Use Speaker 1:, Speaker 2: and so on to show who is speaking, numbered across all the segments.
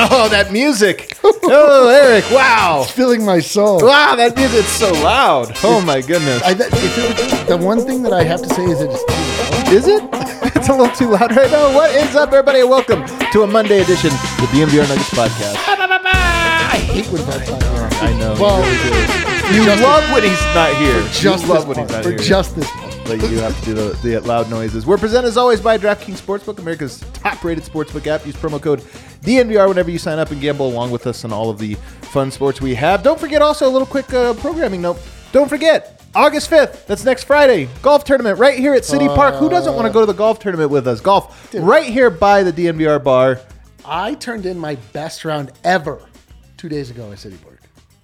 Speaker 1: Oh, that music. Oh, Eric, wow.
Speaker 2: filling my soul.
Speaker 1: Wow, that music's so loud. Oh, my goodness.
Speaker 2: I, that, if it- the one thing that I have to say is that it's
Speaker 1: Is it? It's a little too loud right now. What is up, everybody? Welcome to a Monday edition of the DMVR Nuggets podcast.
Speaker 2: when Pat's not here.
Speaker 1: I know.
Speaker 2: Well,
Speaker 1: you love when he's not here.
Speaker 2: just
Speaker 1: you love when
Speaker 2: this
Speaker 1: he's
Speaker 2: month.
Speaker 1: not
Speaker 2: For
Speaker 1: here.
Speaker 2: just this month.
Speaker 1: but you have to do the, the loud noises. We're presented as always by DraftKings Sportsbook, America's top-rated sportsbook app. Use promo code DNVR whenever you sign up and gamble along with us on all of the fun sports we have. Don't forget also a little quick uh, programming note. Don't forget August 5th, that's next Friday, golf tournament right here at City Park. Who doesn't want to go to the golf tournament with us? Golf right here by the DNVR bar.
Speaker 2: I turned in my best round ever two days ago at City Park.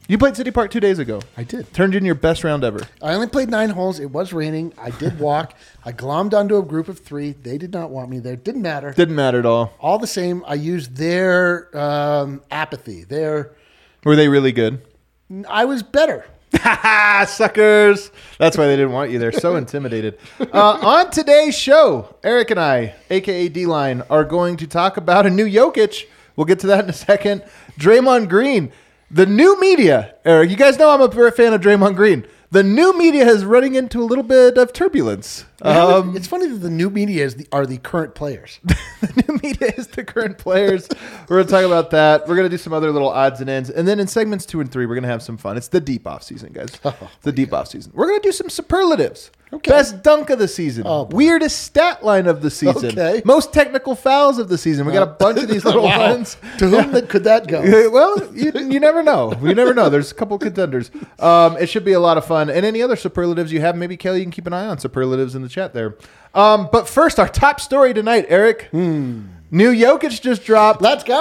Speaker 1: You played City Park 2 days ago.
Speaker 2: I did.
Speaker 1: Turned in your best round ever.
Speaker 2: I only played nine holes. It was raining. I did walk. I glommed onto a group of three. They did not want me there. Didn't matter.
Speaker 1: Didn't matter at all.
Speaker 2: All the same, I used their um, apathy. Their
Speaker 1: Were they really good?
Speaker 2: I was better.
Speaker 1: Ah, suckers! That's why they didn't want you. They're so intimidated. Uh, on today's show, Eric and I, aka D Line, are going to talk about a new Jokic. We'll get to that in a second. Draymond Green, the new media. Eric, you guys know I'm a big fan of Draymond Green. The new media is running into a little bit of turbulence. Um,
Speaker 2: it's funny that the new media is the, are the current players.
Speaker 1: the new media is the current players. We're going to talk about that. We're going to do some other little odds and ends. And then in segments two and three, we're going to have some fun. It's the deep off season, guys. the deep off season. We're going to do some superlatives.
Speaker 2: Oh, Okay.
Speaker 1: Best dunk of the season.
Speaker 2: Oh, boy.
Speaker 1: Weirdest stat line of the season.
Speaker 2: Okay.
Speaker 1: Most technical fouls of the season. We got a bunch of these little
Speaker 2: Wow.
Speaker 1: ones.
Speaker 2: To whom that could that go?
Speaker 1: Yeah, well, you, you never know. You never know. There's a couple contenders. Um, it should be a lot of fun. And any other superlatives you have, maybe Kelly, you can keep an eye on superlatives in the chat there. Um, but first, our top story tonight, Eric.
Speaker 2: Hmm.
Speaker 1: New Jokic just dropped.
Speaker 2: Let's go,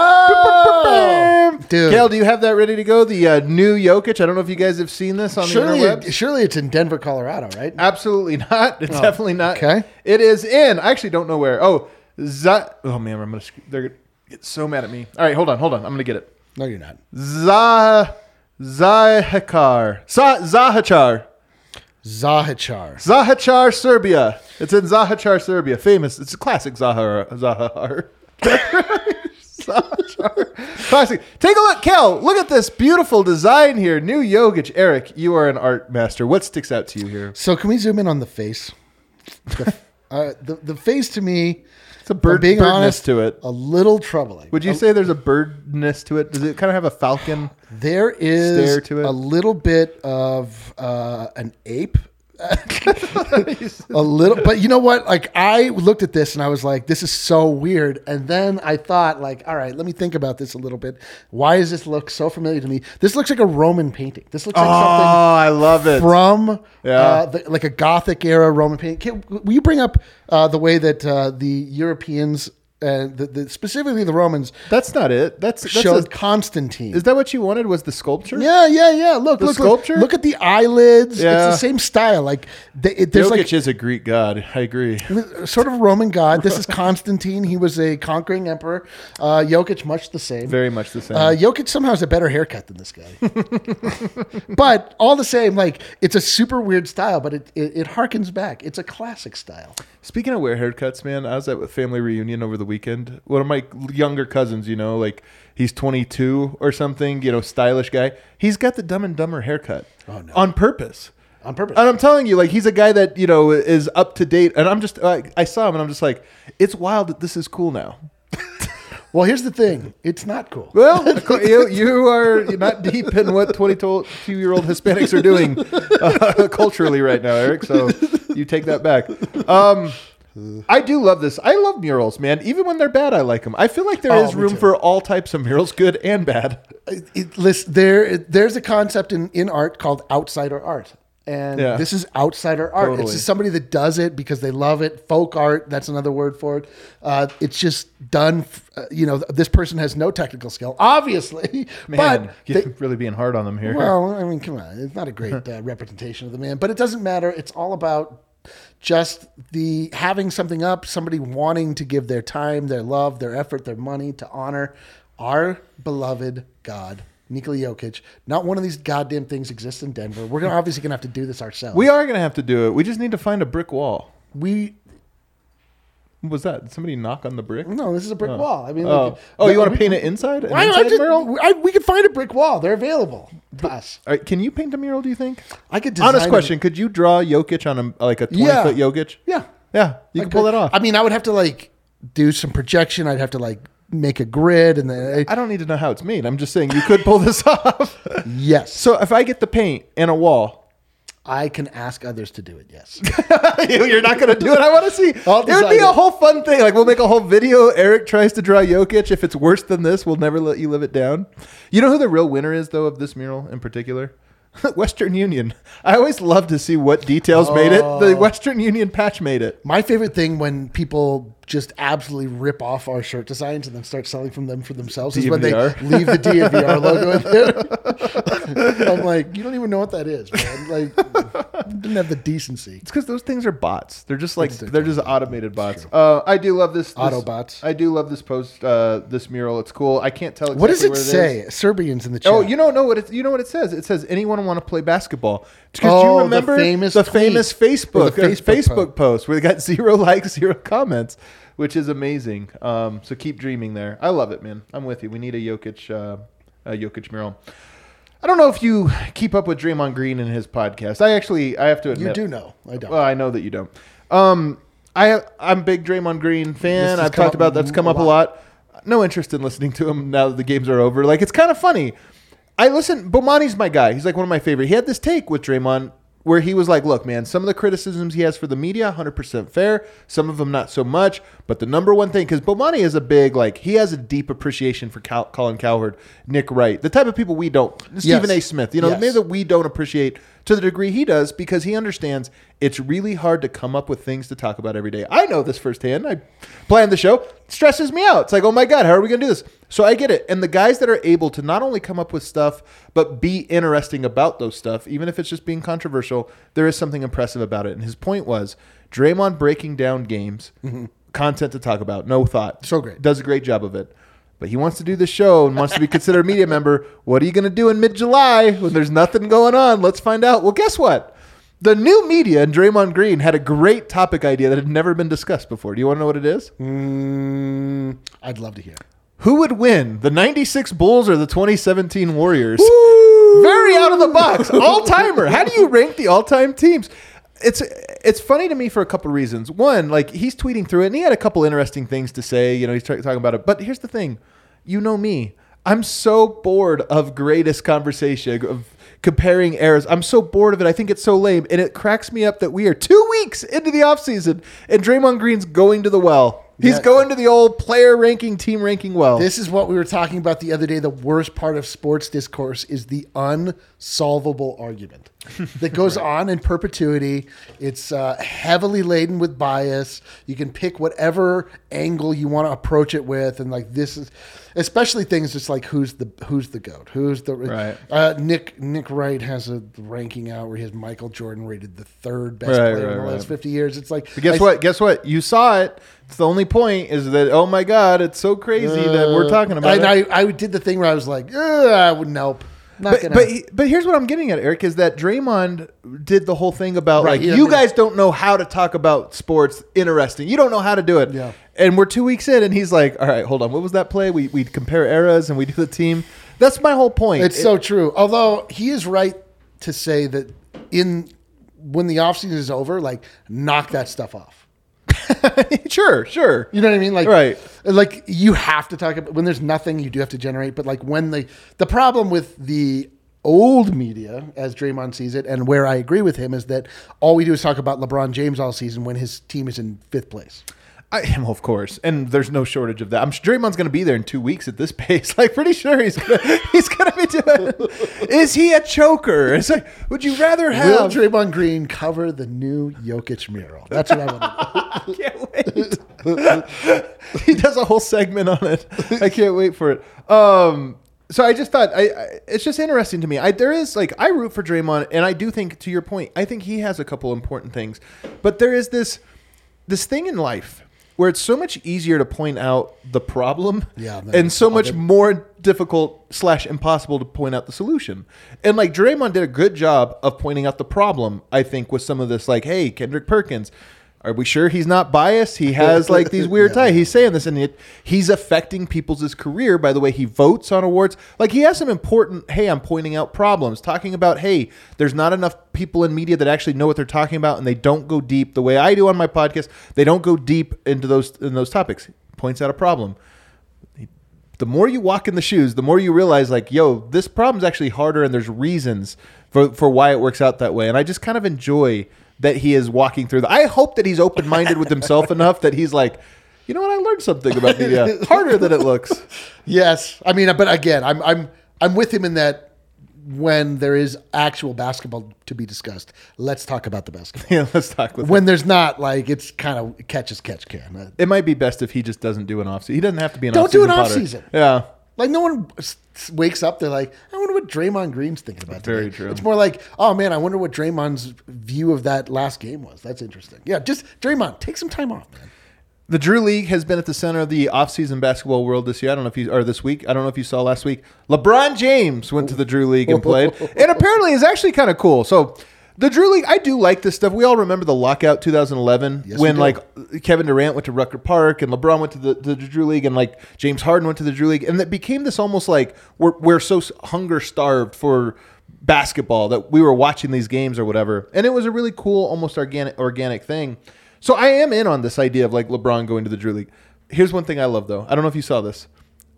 Speaker 1: Dude.
Speaker 2: dude.
Speaker 1: Kel, do you have that ready to go? The uh, new Jokic. I don't know if you guys have seen this on
Speaker 2: surely,
Speaker 1: the interwebs.
Speaker 2: it, surely it's in Denver, Colorado, right?
Speaker 1: Absolutely not. It's definitely not.
Speaker 2: okay.
Speaker 1: It is in. I actually don't know where. Oh, Z- oh man, I'm gonna. sc- They're gonna get so mad at me. All right, hold on, hold on. I'm gonna get it.
Speaker 2: No, you're not.
Speaker 1: Zah Zahakar. Sa- Zahachar.
Speaker 2: Zahachar.
Speaker 1: Zahachar, Serbia. It's in Zahachar, Serbia. Famous. It's a classic Zahar Zahar. Zahachar. Classic. Take a look, Kel. Look at this beautiful design here. New Yogic. Eric, you are an art master. What sticks out to you here?
Speaker 2: So can we zoom in on the face? The, uh, the, the face to me,
Speaker 1: It's a bird,
Speaker 2: I'm being
Speaker 1: bird nest
Speaker 2: honest,
Speaker 1: to it.
Speaker 2: a little troubling.
Speaker 1: Would you say there's a bird nest to it? Does it kind of have a falcon?
Speaker 2: There is
Speaker 1: Stare to it.
Speaker 2: a little bit of uh, an ape. a little, but you know what? Like I looked at this and I was like, "This is so weird." And then I thought, like, "All right, let me think about this a little bit. Why does this look so familiar to me? This looks like a Roman painting. This looks like
Speaker 1: Oh, I love it.
Speaker 2: something from
Speaker 1: Yeah.
Speaker 2: uh, the, like a Gothic era Roman painting." Can, will you bring up uh, the way that uh, the Europeans, uh, the, the, specifically the Romans,
Speaker 1: That's not it. That's, that's
Speaker 2: showed
Speaker 1: a-
Speaker 2: Constantine?
Speaker 1: Is that what you wanted? Was the sculpture?
Speaker 2: Yeah, yeah, yeah. Look,
Speaker 1: The
Speaker 2: look,
Speaker 1: sculpture?
Speaker 2: Look, look at the eyelids.
Speaker 1: Yeah.
Speaker 2: It's the same style. Like they, it, there's
Speaker 1: Jokic is a Greek god. I agree.
Speaker 2: like sort of a Roman god. This is Constantine. He was a conquering emperor. Uh, Jokic, much the same.
Speaker 1: Very much the same.
Speaker 2: Uh, Jokic somehow has a better haircut than this guy, but all the same, like it's a super weird style, but it, it it harkens back. It's a classic style.
Speaker 1: Speaking of weird haircuts, man, I was at a family reunion over the weekend. One of my younger cousins, you know, like he's 22 or something, you know, stylish guy. He's got the Dumb and Dumber haircut on purpose.
Speaker 2: On purpose.
Speaker 1: And I'm telling you, like he's a guy that you know is up to date. And I'm just, I, I saw him, and I'm just like, it's wild that this is cool now.
Speaker 2: Well, here's the thing. It's not cool.
Speaker 1: Well, ac- you, you are you're not deep in what 22 year old Hispanics are doing uh, culturally right now, Eric. So you take that back. Um, I do love this. I love murals, man. Even when they're bad, I like them. I feel like there is
Speaker 2: Oh, me
Speaker 1: room
Speaker 2: too.
Speaker 1: for all types of murals, good and bad.
Speaker 2: it, it, listen, there, it- there's a concept in, in art called outsider art. And
Speaker 1: Yeah.
Speaker 2: this is outsider art.
Speaker 1: Totally.
Speaker 2: It's just somebody that does it because they love it. Folk art, that's another word for it. Uh, it's just done, f- uh, you know, this person has no technical skill, obviously.
Speaker 1: Man,
Speaker 2: but
Speaker 1: you're
Speaker 2: they-
Speaker 1: really being hard on them here.
Speaker 2: well, I mean, come on. It's not a great uh, representation of the man, but it doesn't matter. It's all about just the having something up, somebody wanting to give their time, their love, their effort, their money to honor our beloved God, Nikola Jokic. Not one of these goddamn things exists in Denver. We're gonna, obviously going to have to do this ourselves.
Speaker 1: we are going to have to do it. We just need to find a brick wall.
Speaker 2: we
Speaker 1: What was that? Did somebody knock on the brick?
Speaker 2: no, this is a brick wall. I mean,
Speaker 1: Oh,
Speaker 2: like,
Speaker 1: oh you
Speaker 2: we-
Speaker 1: want to
Speaker 2: we-
Speaker 1: paint it inside? An
Speaker 2: Mm-hmm. Why don't I
Speaker 1: inside
Speaker 2: just,
Speaker 1: mural?
Speaker 2: I, we could find a brick wall. They're available to us.
Speaker 1: All right, can you paint a mural? Do you think?
Speaker 2: I could design
Speaker 1: Honest
Speaker 2: a-
Speaker 1: question: Could you draw Jokic on a like a twenty
Speaker 2: Yeah.
Speaker 1: foot Jokic?
Speaker 2: Yeah.
Speaker 1: yeah, you
Speaker 2: I
Speaker 1: can pull
Speaker 2: could-
Speaker 1: that off.
Speaker 2: I mean, I would have to like do some projection. I'd have to like make a grid and then uh,
Speaker 1: I don't need to know how it's made. I'm just saying you could pull this off.
Speaker 2: yes.
Speaker 1: So if I get the paint and a wall,
Speaker 2: I can ask others to do it. Yes.
Speaker 1: you're not gonna do it. I want to see. It
Speaker 2: I'll
Speaker 1: would be
Speaker 2: decide
Speaker 1: a
Speaker 2: it.
Speaker 1: whole fun thing. Like we'll make a whole video. Eric tries to draw Jokic. If it's worse than this, we'll never let you live it down. You know who the real winner is though of this mural in particular. Western Union. I always love to see what details made it. The Western Union patch made it.
Speaker 2: My favorite thing when people just absolutely rip off our shirt designs and then start selling from them for themselves is when they
Speaker 1: DMVR.
Speaker 2: leave the DMVR logo in there. I'm like, you don't even know what that is, man. Like, you didn't have the decency.
Speaker 1: It's because those things are bots. They're just like they're just automated bots. Uh, I do love this, this
Speaker 2: Autobots.
Speaker 1: I do love this post. Uh, this mural. It's cool. I can't tell. Exactly
Speaker 2: What does it
Speaker 1: where is.
Speaker 2: say? Serbians in the chat.
Speaker 1: Oh, you don't know what it. You know what it says. It says anyone want to play basketball. Because
Speaker 2: Oh,
Speaker 1: you
Speaker 2: the
Speaker 1: remember
Speaker 2: famous
Speaker 1: the
Speaker 2: tweet.
Speaker 1: famous
Speaker 2: Or
Speaker 1: Facebook
Speaker 2: the
Speaker 1: uh,
Speaker 2: Facebook
Speaker 1: Facebook post.
Speaker 2: post.
Speaker 1: where they got zero likes, zero comments, which is amazing. Um, so keep dreaming there. I love it, man. I'm with you. We need a Jokic, uh, a Jokic mural. I don't know if you keep up with Draymond Green and his podcast. I actually, I have to admit,
Speaker 2: you do know. I don't.
Speaker 1: well, I know that you don't. Um, I I'm a big Draymond Green fan.
Speaker 2: has
Speaker 1: I've
Speaker 2: come
Speaker 1: talked
Speaker 2: up
Speaker 1: about that's come
Speaker 2: a
Speaker 1: up a lot.
Speaker 2: lot.
Speaker 1: No interest in listening to him now that the games are over. Like it's kind of funny. I listen. Bomani's my guy. He's like one of my favorite. He had this take with Draymond where he was like, "Look, man, some of the criticisms he has for the media, 100% fair. Some of them not so much. But the number one thing, because Bomani is a big like, he has a deep appreciation for Cal- Colin Cowherd, Nick Wright, the type of people we don't. Stephen A. Smith. You know,
Speaker 2: Yes.
Speaker 1: maybe the that we don't appreciate to the degree he does because he understands it's really hard to come up with things to talk about every day. I know this firsthand. I plan the show, It stresses me out. It's like, oh my God, how are we going to do this? So I get it. And the guys that are able to not only come up with stuff, but be interesting about those stuff, even if it's just being controversial, there is something impressive about it. And his point was Draymond breaking down games, content to talk about, no thought.
Speaker 2: Mm-hmm. So great.
Speaker 1: Does a great job of it but he wants to do the show and wants to be considered a media member. What are you going to do in mid July when there's nothing going on? Let's find out. Well, guess what? The new media and Draymond Green had a great topic idea that had never been discussed before. Do you want to know what it is?
Speaker 2: Mm, I'd love to hear.
Speaker 1: Who would win, the 96 Bulls or the 2017 Warriors? Very out of the box. All timer. How do you rank the all time teams? It's it's funny to me for a couple of reasons. One, like he's tweeting through it and he had a couple interesting things to say. You know, he's tra- talking about it. But here's the thing you know me. I'm so bored of greatest conversation, of comparing eras. I'm so bored of it. I think it's so lame. And it cracks me up that we are two weeks into the offseason and Draymond Green's going to the well. He's
Speaker 2: Yeah.
Speaker 1: going to the old player ranking, team ranking well.
Speaker 2: This is what we were talking about the other day. The worst part of sports discourse is the unsolvable argument that goes on in perpetuity. It's uh, heavily laden with bias. You can pick whatever angle you want to approach it with, and like this is, especially things just like who's the who's the goat, who's the
Speaker 1: Right.
Speaker 2: uh, Nick Nick Wright has a ranking out where he has Michael Jordan rated the third best
Speaker 1: Right,
Speaker 2: player
Speaker 1: right,
Speaker 2: in the
Speaker 1: right.
Speaker 2: last fifty years. It's like
Speaker 1: But guess
Speaker 2: I-
Speaker 1: what? Guess what? You saw it. It's the only point is that oh my god, it's so crazy that we're talking about
Speaker 2: Uh, And
Speaker 1: it.
Speaker 2: I, I did the thing where I was like, "Ugh, I would nope. Not
Speaker 1: but,
Speaker 2: gonna.
Speaker 1: but he- but here's what I'm getting at, Eric, is that Draymond did the whole thing about
Speaker 2: Right,
Speaker 1: like
Speaker 2: he doesn't
Speaker 1: you
Speaker 2: do
Speaker 1: guys don't know how to talk about sports interesting. You don't know how to do it.
Speaker 2: Yeah.
Speaker 1: And we're two weeks in, and he's like, "All right, hold on. What was that play? We we compare eras and we do the team. That's my whole point.
Speaker 2: it's so true. Although he is right to say that in when the offseason is over, like knock that stuff off.
Speaker 1: sure, sure.
Speaker 2: You know what I mean? Like
Speaker 1: Right.
Speaker 2: Like you have to talk about when there's nothing, you do have to generate. But like when the the problem with the old media, as Draymond sees it, and where I agree with him is that all we do is talk about LeBron James all season when his team is in fifth place.
Speaker 1: I am, of course, and there's no shortage of that. I'm sure Draymond's going to be there in two weeks at this pace. Like, pretty sure he's gonna, he's going to be doing. Is he a choker? It's like, would you rather
Speaker 2: Will
Speaker 1: have?
Speaker 2: Draymond Green cover the new Jokic mural? That's what I want. to know.
Speaker 1: I can't wait. he does a whole segment on it. I can't wait for it. Um, so I just thought I, I it's just interesting to me. I there is like I root for Draymond, and I do think to your point, I think he has a couple important things, but there is this this thing in life where it's so much easier to point out the problem
Speaker 2: Yeah, man.
Speaker 1: and so much more difficult slash impossible to point out the solution. And like Draymond did a good job of pointing out the problem, I think, with some of this like, hey, Kendrick Perkins, are we sure he's not biased? He has like these weird
Speaker 2: Yeah.
Speaker 1: ties. He's saying this and it, he's affecting people's his career by the way he votes on awards. Like he has some important, hey, I'm pointing out problems, talking about, hey, there's not enough people in media that actually know what they're talking about and they don't go deep the way I do on my podcast. They don't go deep into those in those topics. Points out a problem the more you walk in the shoes, the more you realize like, yo, this problem's actually harder and there's reasons for, for why it works out that way. And I just kind of enjoy that he is walking through the I hope that he's open minded with himself enough that he's like, you know what, I learned something about media. Harder than it looks.
Speaker 2: yes, I mean, but again, I'm I'm I'm with him in that when there is actual basketball to be discussed, let's talk about the basketball.
Speaker 1: Yeah, let's talk with
Speaker 2: When there's not, like it's kind of catch as catch can. Uh,
Speaker 1: It might be best if he just doesn't do an offseason. He doesn't have to be an
Speaker 2: Don't do an
Speaker 1: off-season
Speaker 2: off-season.
Speaker 1: Yeah.
Speaker 2: Like no one s- s- wakes up, they're like, I wonder what Draymond Green's thinking about. Today.
Speaker 1: Very true.
Speaker 2: It's more like, oh man, I wonder what Draymond's view of that last game was. That's interesting. Yeah, just Draymond, take some time off, man.
Speaker 1: The Drew League has been at the center of the offseason basketball world this year. I don't know if you or this week. I don't know if you saw last week. LeBron James went to the Drew League and played, and apparently is actually kind of cool. So, the Drew League, I do like this stuff. We all remember the lockout 2011
Speaker 2: Yes, we
Speaker 1: when
Speaker 2: do.
Speaker 1: like Kevin Durant went to Rucker Park and LeBron went to the, the Drew League and like James Harden went to the Drew League, and that became this almost like we're we're so hunger starved for basketball that we were watching these games or whatever, and it was a really cool, almost organic organic thing. So I am in on this idea of like LeBron going to the Drew League. Here's one thing I love though. I don't know if you saw this.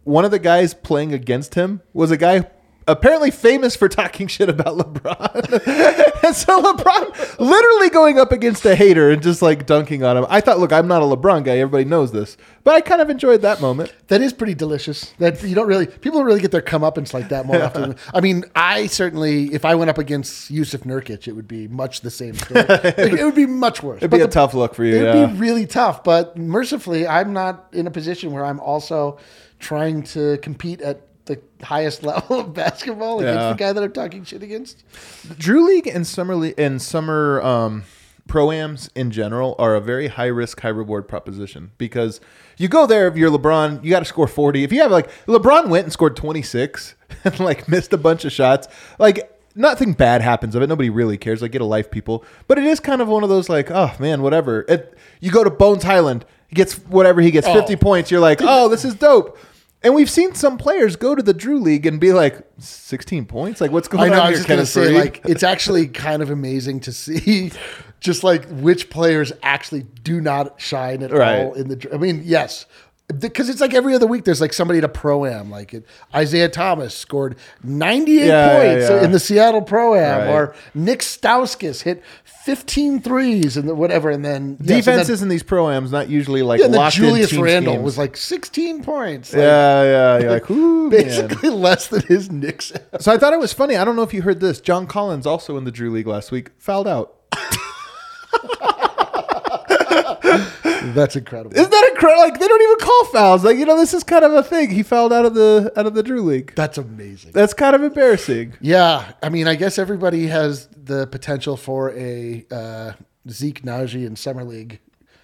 Speaker 1: One of the guys playing against him was a guy apparently famous for talking shit about LeBron. and so LeBron literally going up against a hater and just like dunking on him. I thought, look, I'm not a LeBron guy. Everybody knows this. But I kind of enjoyed that moment.
Speaker 2: That is pretty delicious. That you don't really people don't really get their comeuppance like that more often. I mean, I certainly if I went up against Yusuf Nurkic, it would be much the same story. Like, it would be much worse.
Speaker 1: It'd be
Speaker 2: But
Speaker 1: a
Speaker 2: the-
Speaker 1: tough look for you.
Speaker 2: It'd
Speaker 1: yeah.
Speaker 2: be really tough, but mercifully, I'm not in a position where I'm also trying to compete at the highest level of basketball against
Speaker 1: Yeah.
Speaker 2: the guy that I'm talking shit against.
Speaker 1: Drew League and summer league and summer um, proams in general are a very high risk, high reward proposition because you go there if you're LeBron, you got to score forty. If you have like LeBron went and scored twenty six and like missed a bunch of shots, like nothing bad happens of it. Nobody really cares. Like get a life, people. But it is kind of one of those like, oh man, whatever. It, you go to Bones Highland, he gets whatever he
Speaker 2: Oh.
Speaker 1: gets, fifty points. You're like, oh, this is dope. And we've seen some players go to the Drew League and be like, 16 points? Like, what's going
Speaker 2: I
Speaker 1: on
Speaker 2: know. I
Speaker 1: here,
Speaker 2: was just gonna
Speaker 1: Kenneth
Speaker 2: say,
Speaker 1: Fareed?
Speaker 2: like, it's actually kind of amazing to see, just like which players actually do not shine at
Speaker 1: Right.
Speaker 2: all in the. dr- I mean, yes, because it's like every other week there's like somebody to pro am. Like it, Isaiah Thomas scored 98
Speaker 1: Yeah, yeah,
Speaker 2: points
Speaker 1: yeah.
Speaker 2: in the Seattle pro am,
Speaker 1: Right.
Speaker 2: or Nick Stauskas hit 15 threes and the- whatever, and then yes, and then-
Speaker 1: defenses in these proams not usually like
Speaker 2: Yeah, and then
Speaker 1: locked
Speaker 2: Julius
Speaker 1: in team
Speaker 2: Randle
Speaker 1: schemes.
Speaker 2: was like 16 points. Like,
Speaker 1: yeah, yeah, yeah. Like, ooh, man.
Speaker 2: Basically less than his Knicks.
Speaker 1: So I thought it was funny. I don't know if you heard this. John Collins also in the Drew League last week fouled out.
Speaker 2: That's incredible.
Speaker 1: Isn't that incredible? Like they don't even call fouls. Like you know, this is kind of a thing. He fouled out of the out of the Drew League.
Speaker 2: That's amazing.
Speaker 1: That's kind of embarrassing.
Speaker 2: Yeah, I mean, I guess everybody has the potential for a uh, Zeke Naji and summer league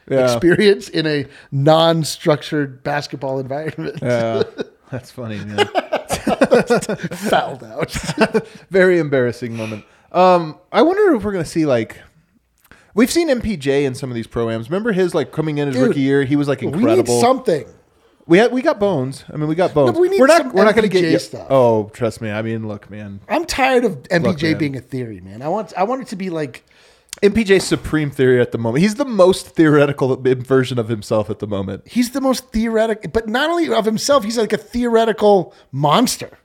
Speaker 1: Yeah.
Speaker 2: experience in a non-structured basketball environment.
Speaker 1: Yeah. That's funny, man.
Speaker 2: Fouled out.
Speaker 1: Very embarrassing moment. Um, I wonder if we're gonna see like we've seen MPJ in some of these proams. Remember his like coming in his
Speaker 2: Dude,
Speaker 1: rookie year? He was like
Speaker 2: We
Speaker 1: incredible.
Speaker 2: need something.
Speaker 1: We had we got bones. I mean, we got bones.
Speaker 2: but we need
Speaker 1: are not
Speaker 2: some
Speaker 1: we're not going to
Speaker 2: MPJ
Speaker 1: get
Speaker 2: stuff.
Speaker 1: Oh, trust me. I mean, look, man.
Speaker 2: I'm tired of MPJ
Speaker 1: man.
Speaker 2: being a theory, man. I want I want it to be like
Speaker 1: MPJ's supreme theory at the moment. He's the most theoretical version of himself at the moment.
Speaker 2: He's the most theoretical, but not only of himself, he's like a theoretical monster.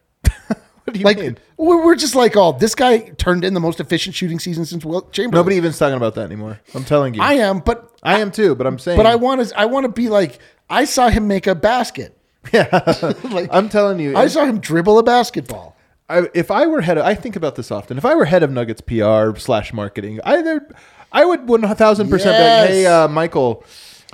Speaker 1: What do you
Speaker 2: Like
Speaker 1: mean?
Speaker 2: we're, we're just like, oh, this guy turned in the most efficient shooting season since Will Chamberlain.
Speaker 1: Nobody even's talking about that anymore. I'm telling you.
Speaker 2: I am, but
Speaker 1: I am too, but I'm saying.
Speaker 2: but I want to I want to be like I saw him make a basket. like-
Speaker 1: I'm telling you.
Speaker 2: I saw him dribble a basketball.
Speaker 1: I, if I were head, of, I think about this often. If I were head of Nuggets PR slash marketing, I there, I would one thousand percent be
Speaker 2: Yes.
Speaker 1: like, "Hey, uh, Michael,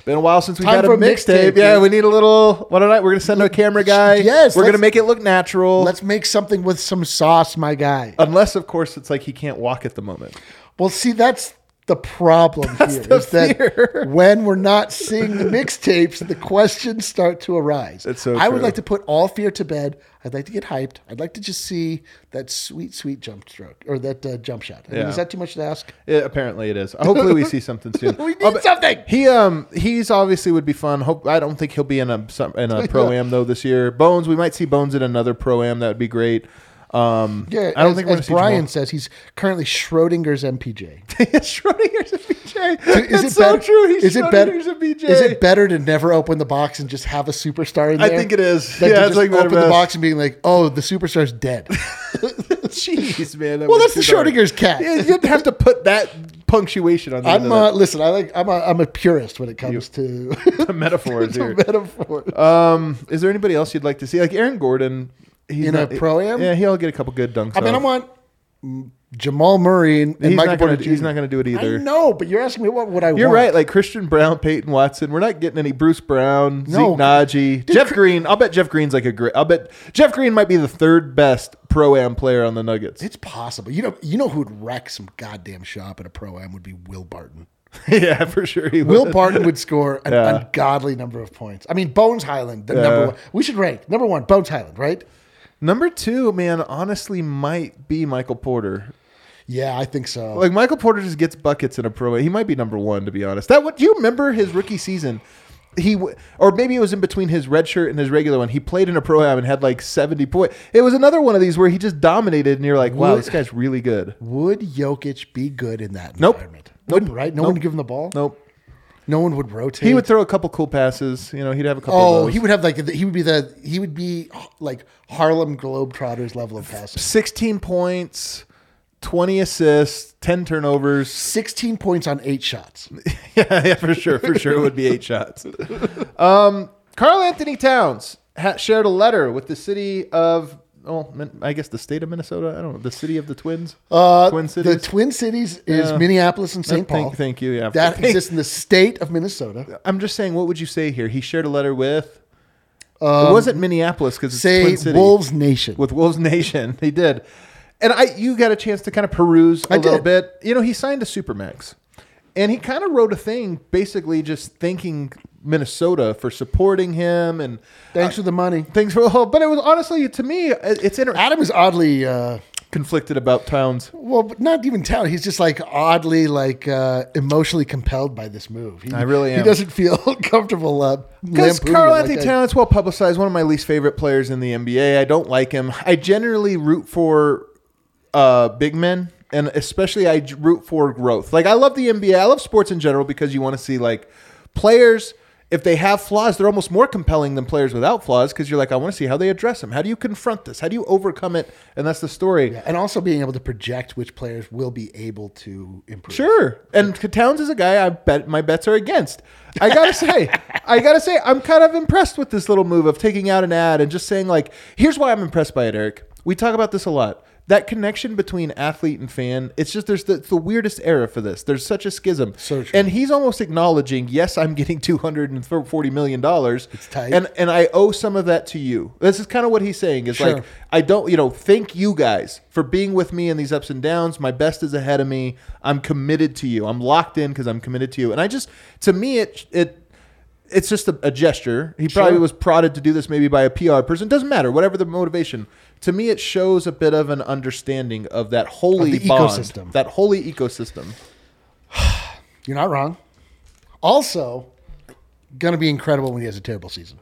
Speaker 1: been a while since we
Speaker 2: Time
Speaker 1: got a
Speaker 2: for a
Speaker 1: mixtape.
Speaker 2: mixtape,
Speaker 1: yeah,
Speaker 2: dude.
Speaker 1: we need a little. What all right, we're gonna send a camera guy.
Speaker 2: Yes,
Speaker 1: we're gonna
Speaker 2: let's-
Speaker 1: make it look natural.
Speaker 2: Let's make something with some sauce, my guy.
Speaker 1: Unless, of course, it's like he can't walk at the moment.
Speaker 2: Well, see, that's the problem here. Is
Speaker 1: the fear.
Speaker 2: that when we're not seeing the mixtapes, the questions start to arise.
Speaker 1: That's so
Speaker 2: I would
Speaker 1: true.
Speaker 2: like to put all fear to bed. I'd like to get hyped. I'd like to just see that sweet, sweet jump stroke or that uh, jump shot. I mean,
Speaker 1: Yeah.
Speaker 2: is that too much to ask?
Speaker 1: Yeah, apparently, it is. Hopefully, we see something soon.
Speaker 2: We need
Speaker 1: Oh, but
Speaker 2: something!
Speaker 1: He um he's obviously would be fun. Hope I don't think he'll be in a some- in a pro am though this year. Bones, we might see Bones in another pro am. That would be great. Um,
Speaker 2: Yeah,
Speaker 1: I don't
Speaker 2: as,
Speaker 1: think we're
Speaker 2: as
Speaker 1: gonna see
Speaker 2: Brian
Speaker 1: Jamal-
Speaker 2: says, he's currently Schrodinger's MPJ.
Speaker 1: Schrodinger's a BJ.
Speaker 2: Is
Speaker 1: Is
Speaker 2: it
Speaker 1: so
Speaker 2: better,
Speaker 1: true. He's
Speaker 2: is it better?
Speaker 1: Schrodinger's a BJ.
Speaker 2: Is it better to never open the box and just have a superstar in
Speaker 1: I
Speaker 2: there?
Speaker 1: think it is.
Speaker 2: Than
Speaker 1: Yeah,
Speaker 2: to
Speaker 1: it's
Speaker 2: just
Speaker 1: like better
Speaker 2: open the
Speaker 1: best.
Speaker 2: box and being like, "Oh, the superstar's dead."
Speaker 1: Jeez, man. that
Speaker 2: Well,
Speaker 1: was
Speaker 2: that's the
Speaker 1: too dark.
Speaker 2: Schrodinger's cat.
Speaker 1: Yeah, you didn't have to put that punctuation on the end
Speaker 2: I'm
Speaker 1: of
Speaker 2: uh,
Speaker 1: that.
Speaker 2: listen. I like. I'm a, I'm a purist when it comes to
Speaker 1: the metaphors
Speaker 2: to
Speaker 1: here.
Speaker 2: metaphors.
Speaker 1: Um, is there anybody else you'd like to see? Like Aaron Gordon. He's
Speaker 2: In a pro-am?
Speaker 1: Yeah, he'll get a couple good dunks.
Speaker 2: I mean, I
Speaker 1: off.
Speaker 2: want Jamal Murray and, and
Speaker 1: He's
Speaker 2: Michael
Speaker 1: not
Speaker 2: Porter.
Speaker 1: gonna- he's not gonna do it either.
Speaker 2: I know, but you're asking me what would I
Speaker 1: You're
Speaker 2: want?
Speaker 1: right. Like Christian Brown, Peyton Watson. We're not getting any Bruce Brown,
Speaker 2: No.
Speaker 1: Zeke Naji, Jeff Green. I'll bet Jeff Green's like a great. I'll bet Jeff Green might be the third best pro am player on the Nuggets.
Speaker 2: It's possible. You know. You know who'd wreck some goddamn shop at a pro am would be Will Barton.
Speaker 1: yeah, for sure. He
Speaker 2: Will
Speaker 1: would.
Speaker 2: Barton would score an
Speaker 1: Yeah.
Speaker 2: ungodly number of points. I mean, Bones Highland, the
Speaker 1: Yeah.
Speaker 2: number one. We should rank number one, Bones Highland, right?
Speaker 1: Number two, man, honestly, might be Michael Porter.
Speaker 2: Yeah, I think so.
Speaker 1: Like Michael Porter just gets buckets in a pro. He might be number one to be honest. That what do you remember his rookie season? He w- or maybe it was in between his red shirt and his regular one. He played in a pro am and had like seventy points. It was another one of these where he just dominated, and you're like, wow,
Speaker 2: Would-
Speaker 1: this guy's really good.
Speaker 2: would Jokic be good in that
Speaker 1: Nope.
Speaker 2: environment?
Speaker 1: Nope.
Speaker 2: Wouldn't, right? No
Speaker 1: Nope.
Speaker 2: one would give him the ball.
Speaker 1: Nope.
Speaker 2: No one would rotate.
Speaker 1: He would throw a couple cool passes. You know, he'd have a couple. of
Speaker 2: Oh,
Speaker 1: those.
Speaker 2: he would have like the- he would be the he would be like Harlem Globetrotters level of passing.
Speaker 1: sixteen points, twenty assists, ten turnovers.
Speaker 2: Sixteen points on eight shots.
Speaker 1: yeah, yeah, for sure, for sure, it would be eight shots. Um, Carl Anthony Towns ha- shared a letter with the city of, oh, Min- I guess the state of Minnesota. I don't know, the city of the twins, uh, Twin
Speaker 2: The
Speaker 1: Cities.
Speaker 2: Twin Cities is
Speaker 1: Yeah.
Speaker 2: Minneapolis and St.
Speaker 1: Thank-
Speaker 2: Paul.
Speaker 1: thank you, yeah.
Speaker 2: that
Speaker 1: Thank-
Speaker 2: exists in the state of Minnesota.
Speaker 1: I'm just saying, what would you say here? He shared a letter with. it wasn't Minneapolis because it's
Speaker 2: Um, Say
Speaker 1: Twin City.
Speaker 2: Wolves Nation.
Speaker 1: with Wolves Nation. He did, and I you got a chance to kind of peruse a
Speaker 2: I
Speaker 1: little
Speaker 2: did.
Speaker 1: bit. You know, he signed a supermax, and he kind of wrote a thing basically just thanking Minnesota for supporting him and
Speaker 2: Thanks for the money.
Speaker 1: things. Well, but it was honestly to me, it- it's inter-
Speaker 2: Adam is oddly uh,
Speaker 1: conflicted about Towns.
Speaker 2: well, but not even talent. He's just like oddly like uh, emotionally compelled by this move. He,
Speaker 1: I really am.
Speaker 2: He doesn't feel comfortable. Uh,
Speaker 1: Because
Speaker 2: lampooning
Speaker 1: Carl
Speaker 2: it like
Speaker 1: Anthony
Speaker 2: I-
Speaker 1: Towns, well publicized, one of my least favorite players in the NBA. I don't like him. I generally root for uh, big men, and especially I j- root for growth. Like I love the NBA. I love sports in general because you want to see like players. If they have flaws, they're almost more compelling than players without flaws because you're like, I want to see how they address them. How do you confront this? How do you overcome it? And that's the story.
Speaker 2: and also being able to project which players will be able to improve.
Speaker 1: Sure. And Towns is a guy I bet my bets are against. I gotta say, I gotta say, I'm kind of impressed with this little move of taking out an ad and just saying like, here's why I'm impressed by it, Eric. We talk about this a lot. That connection between athlete and fan, it's just there's the, it's the weirdest era for this. There's such a schism.
Speaker 2: So true.
Speaker 1: And he's almost acknowledging, yes, I'm getting two hundred and forty million dollars. It's
Speaker 2: tight.
Speaker 1: And and I owe some of that to you. This is kind of what he's saying is
Speaker 2: Sure.
Speaker 1: like I don't, you know, thank you guys for being with me in these ups and downs. My best is ahead of me. I'm committed to you. I'm locked in because I'm committed to you. And I just, to me, it it it's just a, a gesture. He probably was prodded to do this maybe by a PR person. Doesn't matter, whatever the motivation. To me, it shows a bit of an understanding of that holy
Speaker 2: Of the
Speaker 1: bond,
Speaker 2: ecosystem.
Speaker 1: that holy ecosystem.
Speaker 2: You're not wrong. Also, Gonna be incredible when he has a terrible season.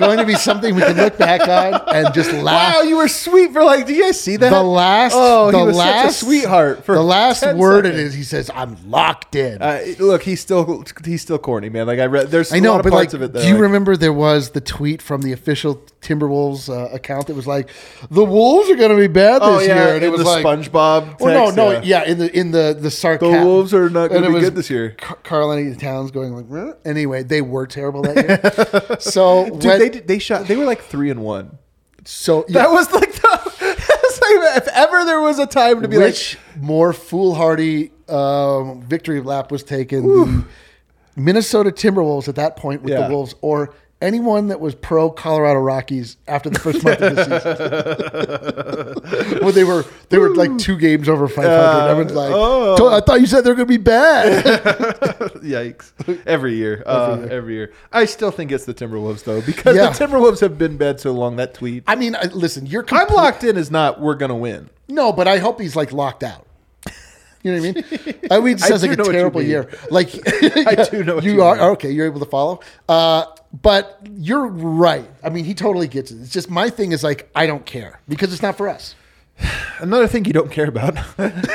Speaker 2: going to be something we can look back on and just laugh.
Speaker 1: Wow, you were sweet for like. Do you guys see that?
Speaker 2: The last,
Speaker 1: Oh,
Speaker 2: the
Speaker 1: he was
Speaker 2: last
Speaker 1: such a sweetheart. For
Speaker 2: the last
Speaker 1: 10
Speaker 2: word
Speaker 1: seconds.
Speaker 2: it is, he says, "I'm locked in."
Speaker 1: Uh, look, he's still he's still corny, man. Like I read, there's
Speaker 2: I
Speaker 1: a
Speaker 2: know,
Speaker 1: lot
Speaker 2: but
Speaker 1: of
Speaker 2: like,
Speaker 1: parts of it. That,
Speaker 2: do you
Speaker 1: like-
Speaker 2: remember there was the tweet from the official Timberwolves uh, account that was like, "The Wolves are going to be bad this
Speaker 1: Oh yeah,
Speaker 2: year,"
Speaker 1: and it was the
Speaker 2: like,
Speaker 1: SpongeBob.
Speaker 2: Well,
Speaker 1: text,
Speaker 2: no, no, yeah. in the in the the sarcasm.
Speaker 1: The Wolves are not gonna be good this year.
Speaker 2: Carl Anthony Towns going like, "Huh?" anyway, they were terrible that year. so
Speaker 1: Dude,
Speaker 2: when-
Speaker 1: they did- they shot. They were like three and one.
Speaker 2: so yeah,
Speaker 1: That was like the. it's like if ever there was a time to be
Speaker 2: which more foolhardy um, victory lap was taken? The Minnesota Timberwolves at that point with
Speaker 1: Yeah.
Speaker 2: the Wolves or. Anyone that was pro Colorado Rockies after the first month of the season, when they were they were like two games over five hundred, everyone's like,
Speaker 1: oh.
Speaker 2: "I thought you said they're going to be bad."
Speaker 1: like yikes every year, uh, every, year. I still think it's the Timberwolves though because
Speaker 2: Yeah.
Speaker 1: the Timberwolves have been bad so long. That tweet.
Speaker 2: I mean, I, listen, you're
Speaker 1: I'm
Speaker 2: complete-
Speaker 1: locked in is not we're gonna win.
Speaker 2: No, but I hope he's like locked out. You know what I mean? I mean, it
Speaker 1: I
Speaker 2: sounds
Speaker 1: do
Speaker 2: like a
Speaker 1: know what you
Speaker 2: terrible
Speaker 1: mean.
Speaker 2: year. Like
Speaker 1: I do know what you
Speaker 2: are
Speaker 1: mean.
Speaker 2: okay. You're able to follow, uh, but you're right. I mean, he totally gets it. It's just my thing is like I don't care because it's not for us.
Speaker 1: Another thing you don't care about.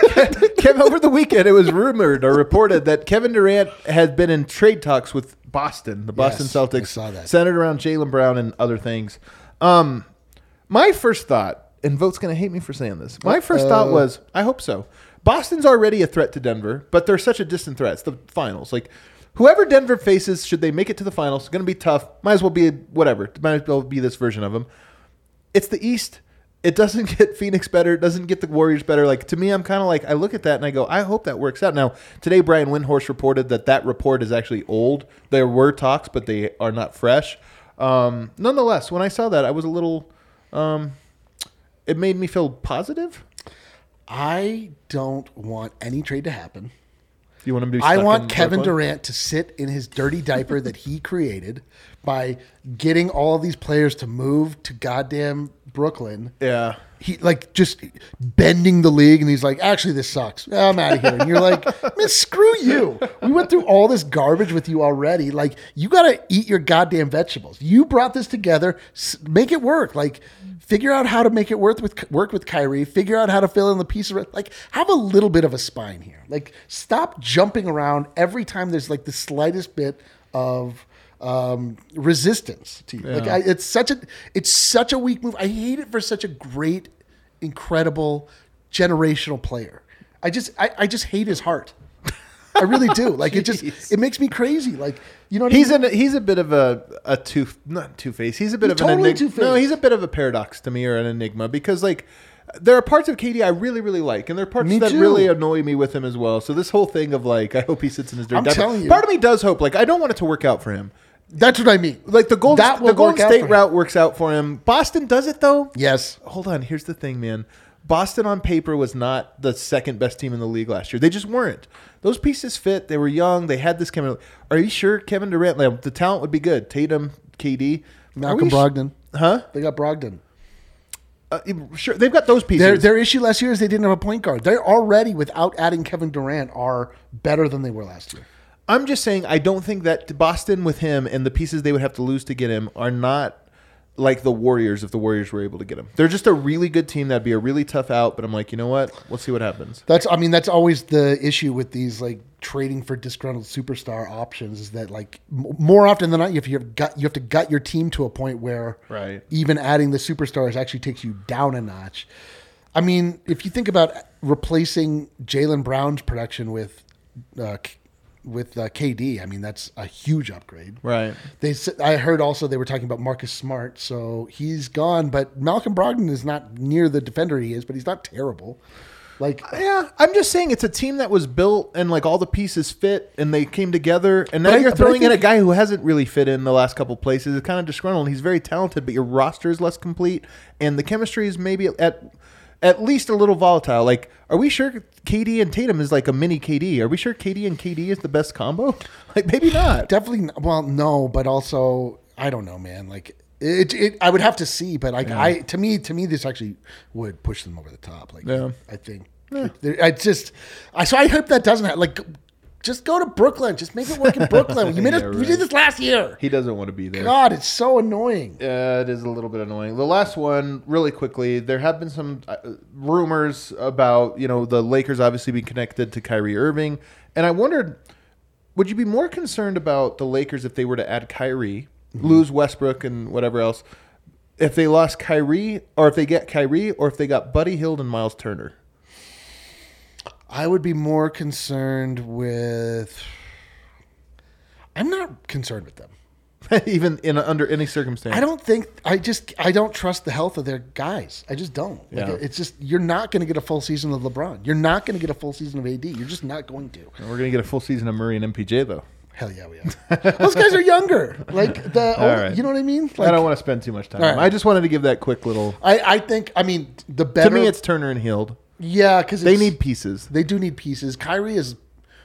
Speaker 1: Kevin, over the weekend, it was rumored or reported that Kevin Durant had been in trade talks with Boston, the Boston
Speaker 2: Yes, I
Speaker 1: Celtics,
Speaker 2: saw that.
Speaker 1: centered around Jalen Brown and other things. Um, my first thought, and Vote's going to hate me for saying this. My first
Speaker 2: uh,
Speaker 1: thought was, I hope so. Boston's already a threat to Denver, but they're such a distant threat. It's the finals. Like, whoever Denver faces, should they make it to the finals, it's going to be tough. Might as well be whatever. Might as well be this version of them it's the East. It doesn't get Phoenix better. It doesn't get the Warriors better. Like to me, I'm kind of like I look at that and I go, I hope that works out. Now today, Brian Windhorst reported that that report is actually old. There were talks, but they are not fresh. Um, nonetheless, when I saw that, I was a little. Um, it made me feel positive.
Speaker 2: I don't want any trade to happen.
Speaker 1: You want him to be?
Speaker 2: I
Speaker 1: stuck in
Speaker 2: want Kevin
Speaker 1: Brooklyn?
Speaker 2: Durant to sit in his dirty diaper that he created by getting all of these players to move to goddamn Brooklyn.
Speaker 1: Yeah.
Speaker 2: he like just bending the league and he's like actually this sucks i'm out of here and you're like man screw you we went through all this garbage with you already like you gotta eat your goddamn vegetables you brought this together S- make it work like figure out how to make it work with work with Kyrie figure out how to fill in the pieces like have a little bit of a spine here like stop jumping around every time there's like the slightest bit of um, resistance to you. Like I, it's such a it's such a weak move. I hate it for such a great, incredible, generational player. I just I, I just hate his heart. I really do. Like it just
Speaker 1: Jeez.
Speaker 2: it makes me crazy. Like you know what
Speaker 1: He's
Speaker 2: I mean?
Speaker 1: an he's a bit of a a two not two face. He's a bit
Speaker 2: He's
Speaker 1: of
Speaker 2: totally
Speaker 1: an enigma. No,
Speaker 2: two-faced.
Speaker 1: he's a bit of a paradox to me or an enigma because like there are parts of KD I really really like and there are parts
Speaker 2: Me
Speaker 1: that
Speaker 2: too.
Speaker 1: really annoy me with him as well. So this whole thing of like I hope he sits in his dirty
Speaker 2: I'm
Speaker 1: diaper.
Speaker 2: telling you.
Speaker 1: Part of me does hope like I don't want it to work out for him.
Speaker 2: That's what I mean.
Speaker 1: Like the Golden
Speaker 2: That will
Speaker 1: the Golden
Speaker 2: work out for
Speaker 1: State
Speaker 2: him.
Speaker 1: route Oh, works out for him. Boston does it though.
Speaker 2: Yes.
Speaker 1: Hold on, here's the thing, man. Boston on paper was not the second best team in the league last year. They just weren't. Those pieces fit. They were young. They had this Kevin. Are you sure Kevin Durant? Like, the talent would be good. Tatum, KD, Are
Speaker 2: Malcolm
Speaker 1: we sh-
Speaker 2: Brogdon.
Speaker 1: huh?
Speaker 2: They got Brogdon.
Speaker 1: Uh, sure, they've got those pieces.
Speaker 2: Their their issue last year is they didn't have a point guard. They're already without adding Kevin Durant are better than they were last year.
Speaker 1: I'm just saying I don't think that Boston with him and the pieces they would have to lose to get him are not like the Warriors if the Warriors were able to get him. They're just a really good team. That'd be a really tough out. But I'm like, you know what? Let's see what happens.
Speaker 2: That's I mean that's always the issue with these like trading for disgruntled superstar options is that like m- more often than not you have, you have got you have to gut your team to a point where
Speaker 1: Right.
Speaker 2: even adding the superstars actually takes you down a notch. I mean, if you think about replacing Jalen Brown's production with uh, K- with uh, KD, I mean that's a huge upgrade.
Speaker 1: Right.
Speaker 2: They s- I heard also they were talking about Marcus Smart, so he's gone. But Malcolm Brogdon is not near the defender he is, but he's not terrible. Like
Speaker 1: Yeah, I'm just saying it's a team that was built and like all the pieces fit and they came together. And now
Speaker 2: But I-
Speaker 1: you're
Speaker 2: but I
Speaker 1: throwing in a
Speaker 2: think-
Speaker 1: guy who hasn't really fit in the last couple places. It's kind of disgruntled. He's very talented, but your roster is less complete, and the chemistry is maybe at at least a little volatile. Like, are we sure KD and Tatum is like a mini KD? Are we sure KD and KD is the best combo? Like, maybe not.
Speaker 2: definitely n- well no but also i don't know man like it, it i would have to see but like i to me to me this actually would push them over the top like
Speaker 1: Yeah.
Speaker 2: i think There- i just i so i hope that doesn't happen like Just go to Brooklyn. Just make it work in Brooklyn. You made us,
Speaker 1: Yeah,
Speaker 2: you
Speaker 1: right.
Speaker 2: did this last year.
Speaker 1: He doesn't want to be there.
Speaker 2: God, it's so annoying.
Speaker 1: Uh, it is a little bit annoying. The last one, really quickly, there have been some uh, rumors about you know the Lakers obviously being connected to Kyrie Irving, and I wondered, would you be more concerned about the Lakers if they were to add Kyrie,
Speaker 2: Mm-hmm.
Speaker 1: lose Westbrook and whatever else, if they lost Kyrie, or if they get Kyrie, or if they got Buddy Hield and Miles Turner?
Speaker 2: I would be more concerned with. I'm not concerned with them.
Speaker 1: Even in under any circumstance,
Speaker 2: I don't think I just I don't trust the health of their guys. I just don't. Like,
Speaker 1: Yeah.
Speaker 2: It's just you're not going to get a full season of LeBron. You're not going to get a full season of AD. You're just not going to.
Speaker 1: We're gonna get a full season of Murray and MPJ though.
Speaker 2: Hell yeah, we are. Those guys are younger. Like the
Speaker 1: All right.
Speaker 2: you know what I mean. Like,
Speaker 1: I don't want to spend too much time.
Speaker 2: All right.
Speaker 1: I just wanted to give that quick little.
Speaker 2: I, I think I mean the
Speaker 1: To
Speaker 2: better.
Speaker 1: me, it's Turner and Hield.
Speaker 2: yeah because
Speaker 1: They need pieces.
Speaker 2: they do need pieces. Kyrie is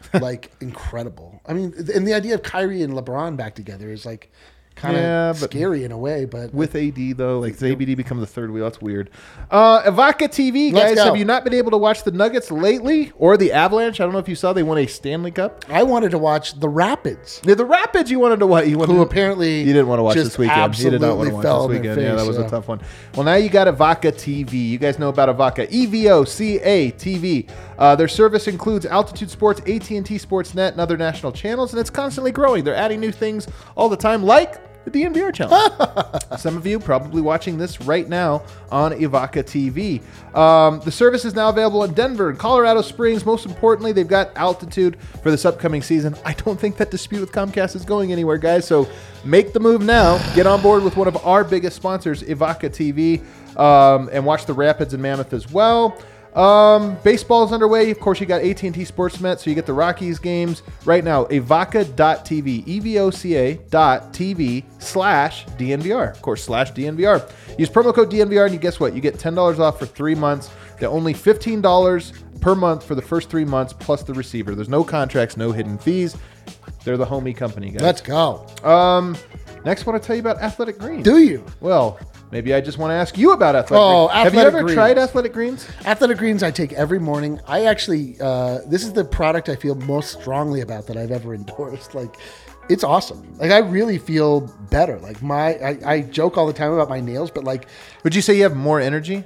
Speaker 2: like incredible. I mean, and the idea of Kyrie and LeBron back together is like kind of
Speaker 1: Yeah, but-
Speaker 2: scary in a way. But
Speaker 1: with AD though. Like does ABD become the third wheel? That's weird. Uh, Ivaca TV
Speaker 2: Let's
Speaker 1: guys,
Speaker 2: go.
Speaker 1: have you not been able to watch the Nuggets lately or the Avalanche? I don't know if you saw they won a Stanley Cup.
Speaker 2: I wanted to watch the Rapids.
Speaker 1: Yeah, the Rapids you wanted to watch. You wanted
Speaker 2: Who
Speaker 1: to-
Speaker 2: apparently
Speaker 1: you didn't want to watch
Speaker 2: just
Speaker 1: this weekend. You did not want to
Speaker 2: absolutely
Speaker 1: watch
Speaker 2: fell
Speaker 1: this
Speaker 2: on their
Speaker 1: weekend. yeah, that
Speaker 2: face,
Speaker 1: was a
Speaker 2: yeah.
Speaker 1: tough one. Well, now you got Ivaca TV. You guys know about Ivaca. E V O C A TV. Uh, their service includes Altitude Sports, AT and T Sportsnet, and other national channels, and it's constantly growing. They're adding new things all the time, like the DNVR channel. Some of you probably watching this right now on Ivaca TV. Um, the service is now available in Denver and Colorado Springs. Most importantly, they've got altitude for this upcoming season. I don't think that dispute with Comcast is going anywhere, guys. So make the move now. Get on board with one of our biggest sponsors, Ivaca TV, um, and watch the Rapids and Mammoth as well. Um, baseball is underway. Of course, you got AT&T Sportsnet, so you get the Rockies games right now. Evoca.tv, E-V-O-C-A dot TV slash DNVR. Of course, slash DNVR. Use promo code DNVR and you guess what? You get $10 off for three months. They're only $15 per month for the first three months plus the receiver. There's no contracts, no hidden fees. They're the homie company, guys.
Speaker 2: Let's go.
Speaker 1: Next, want to tell you about Athletic Greens.
Speaker 2: Do you?
Speaker 1: Well, maybe I just want to ask you about Athletic
Speaker 2: Oh,
Speaker 1: Greens. Have you
Speaker 2: Athletic
Speaker 1: ever
Speaker 2: Greens.
Speaker 1: tried Athletic Greens?
Speaker 2: Athletic greens I take every morning. I actually uh, this is the product I feel most strongly about that I've ever endorsed. Like it's awesome. Like I really feel better. Like my I, I joke all the time about my nails, but like uh,
Speaker 1: Would you say you have more energy?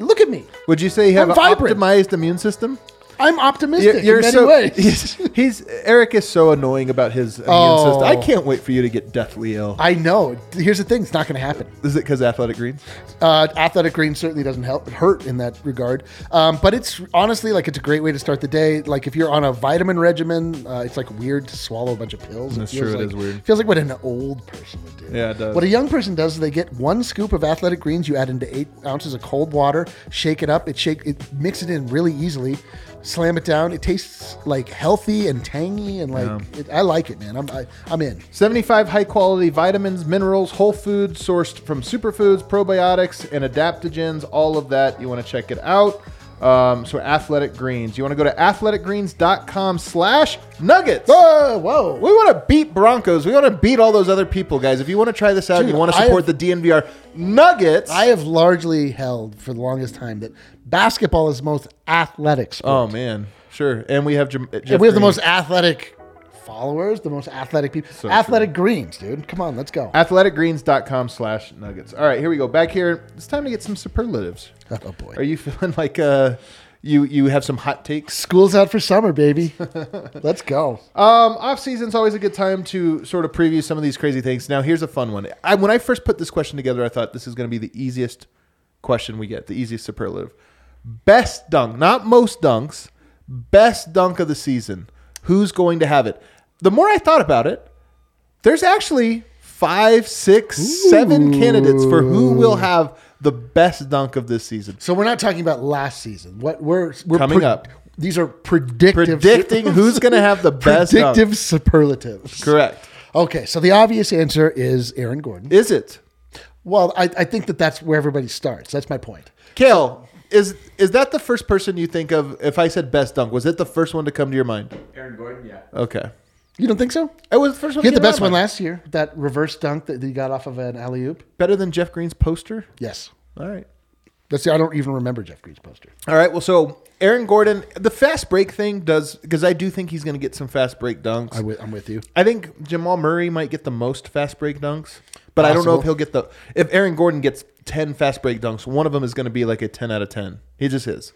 Speaker 2: look at me.
Speaker 1: Would you say you have
Speaker 2: I'm
Speaker 1: an
Speaker 2: vibrant.
Speaker 1: optimized immune system?
Speaker 2: I'm optimistic in many
Speaker 1: so
Speaker 2: ways.
Speaker 1: he's Eric is so annoying about his immune
Speaker 2: Oh.
Speaker 1: system. I can't wait for you to get deathly ill.
Speaker 2: I know. Here's the thing, it's not gonna happen.
Speaker 1: Is it because athletic greens?
Speaker 2: Uh, athletic green certainly doesn't help hurt in that regard, um, but it's honestly like it's a great way to start the day. Like if you're on a vitamin regimen, uh, it's like weird to swallow a bunch of pills.
Speaker 1: That's
Speaker 2: feels
Speaker 1: true, it
Speaker 2: like-
Speaker 1: is weird.
Speaker 2: Feels like what an old person would do.
Speaker 1: Yeah, it does.
Speaker 2: What a young person does is they get one scoop of athletic greens, you add into eight ounces of cold water, shake it up, it shake it, mix it in really easily, slam it down. It tastes like healthy and tangy and like it, I like it, man. I'm I, I'm in.
Speaker 1: 75 high quality vitamins, minerals, whole foods sourced from superfoods, probiotics, and adaptogens. All of that. You want to check it out. Um, so athletic greens. You want to go to athleticgreens.com slash nuggets.
Speaker 2: Whoa, whoa.
Speaker 1: We want to beat Broncos. We want to beat all those other people, guys. If you want to try this out,
Speaker 2: Dude,
Speaker 1: you want to
Speaker 2: I
Speaker 1: support
Speaker 2: have-
Speaker 1: the DNVR Nuggets.
Speaker 2: I have largely held for the longest time that basketball is the most athletic
Speaker 1: oh
Speaker 2: sport.
Speaker 1: man, sure. And we have Jam- uh,
Speaker 2: we have
Speaker 1: Jeff
Speaker 2: the
Speaker 1: Green.
Speaker 2: most athletic followers, the most athletic people. athletic greens, dude. Come on, let's go.
Speaker 1: athleticgreens.com slash nuggets all right here we go back here it's time to get some superlatives
Speaker 2: Oh, boy.
Speaker 1: are you feeling like uh you you have some hot takes
Speaker 2: School's out for summer, baby. let's go.
Speaker 1: um off season's always a good time to sort of preview some of these crazy things now here's a fun one I, when i first put this question together i thought this is going to be the easiest question we get the easiest superlative best dunk not most dunks best dunk of the season who's going to have it the more i thought about it there's actually five, six, seven candidates for who will have the best dunk of this season.
Speaker 2: So we're not talking about last season. What we're we're
Speaker 1: Coming up.
Speaker 2: These are predictive
Speaker 1: Predicting who's going to have the best dunk.
Speaker 2: predictive superlatives.
Speaker 1: Correct.
Speaker 2: Okay, so the obvious answer is Aaron Gordon.
Speaker 1: Is it?
Speaker 2: Well, I, I think that that's where everybody starts. That's my point.
Speaker 1: Kale, is is that the first person you think of if I said best dunk? Was it the first one to come to your mind?
Speaker 3: Aaron Gordon, yeah.
Speaker 1: Okay.
Speaker 2: You don't think so?
Speaker 1: It was the first one.
Speaker 2: He had
Speaker 1: that
Speaker 2: the
Speaker 1: came to
Speaker 2: best
Speaker 1: my
Speaker 2: one
Speaker 1: mind.
Speaker 2: last year. That reverse dunk that he got off of an alley oop.
Speaker 1: Better than Jeff Green's poster?
Speaker 2: Yes.
Speaker 1: All right.
Speaker 2: That's the, I don't even remember Jeff Green's poster.
Speaker 1: All right. Well, so Aaron Gordon, the fast break thing does because I do think he's going to get some fast break dunks. I
Speaker 2: I wi- I'm with you.
Speaker 1: think Jamal Murray might get the most fast break dunks, but I don't know
Speaker 2: Possible.
Speaker 1: if he'll get the if Aaron Gordon gets ten fast break dunks. One of them is going to be like a ten out of ten. He just is.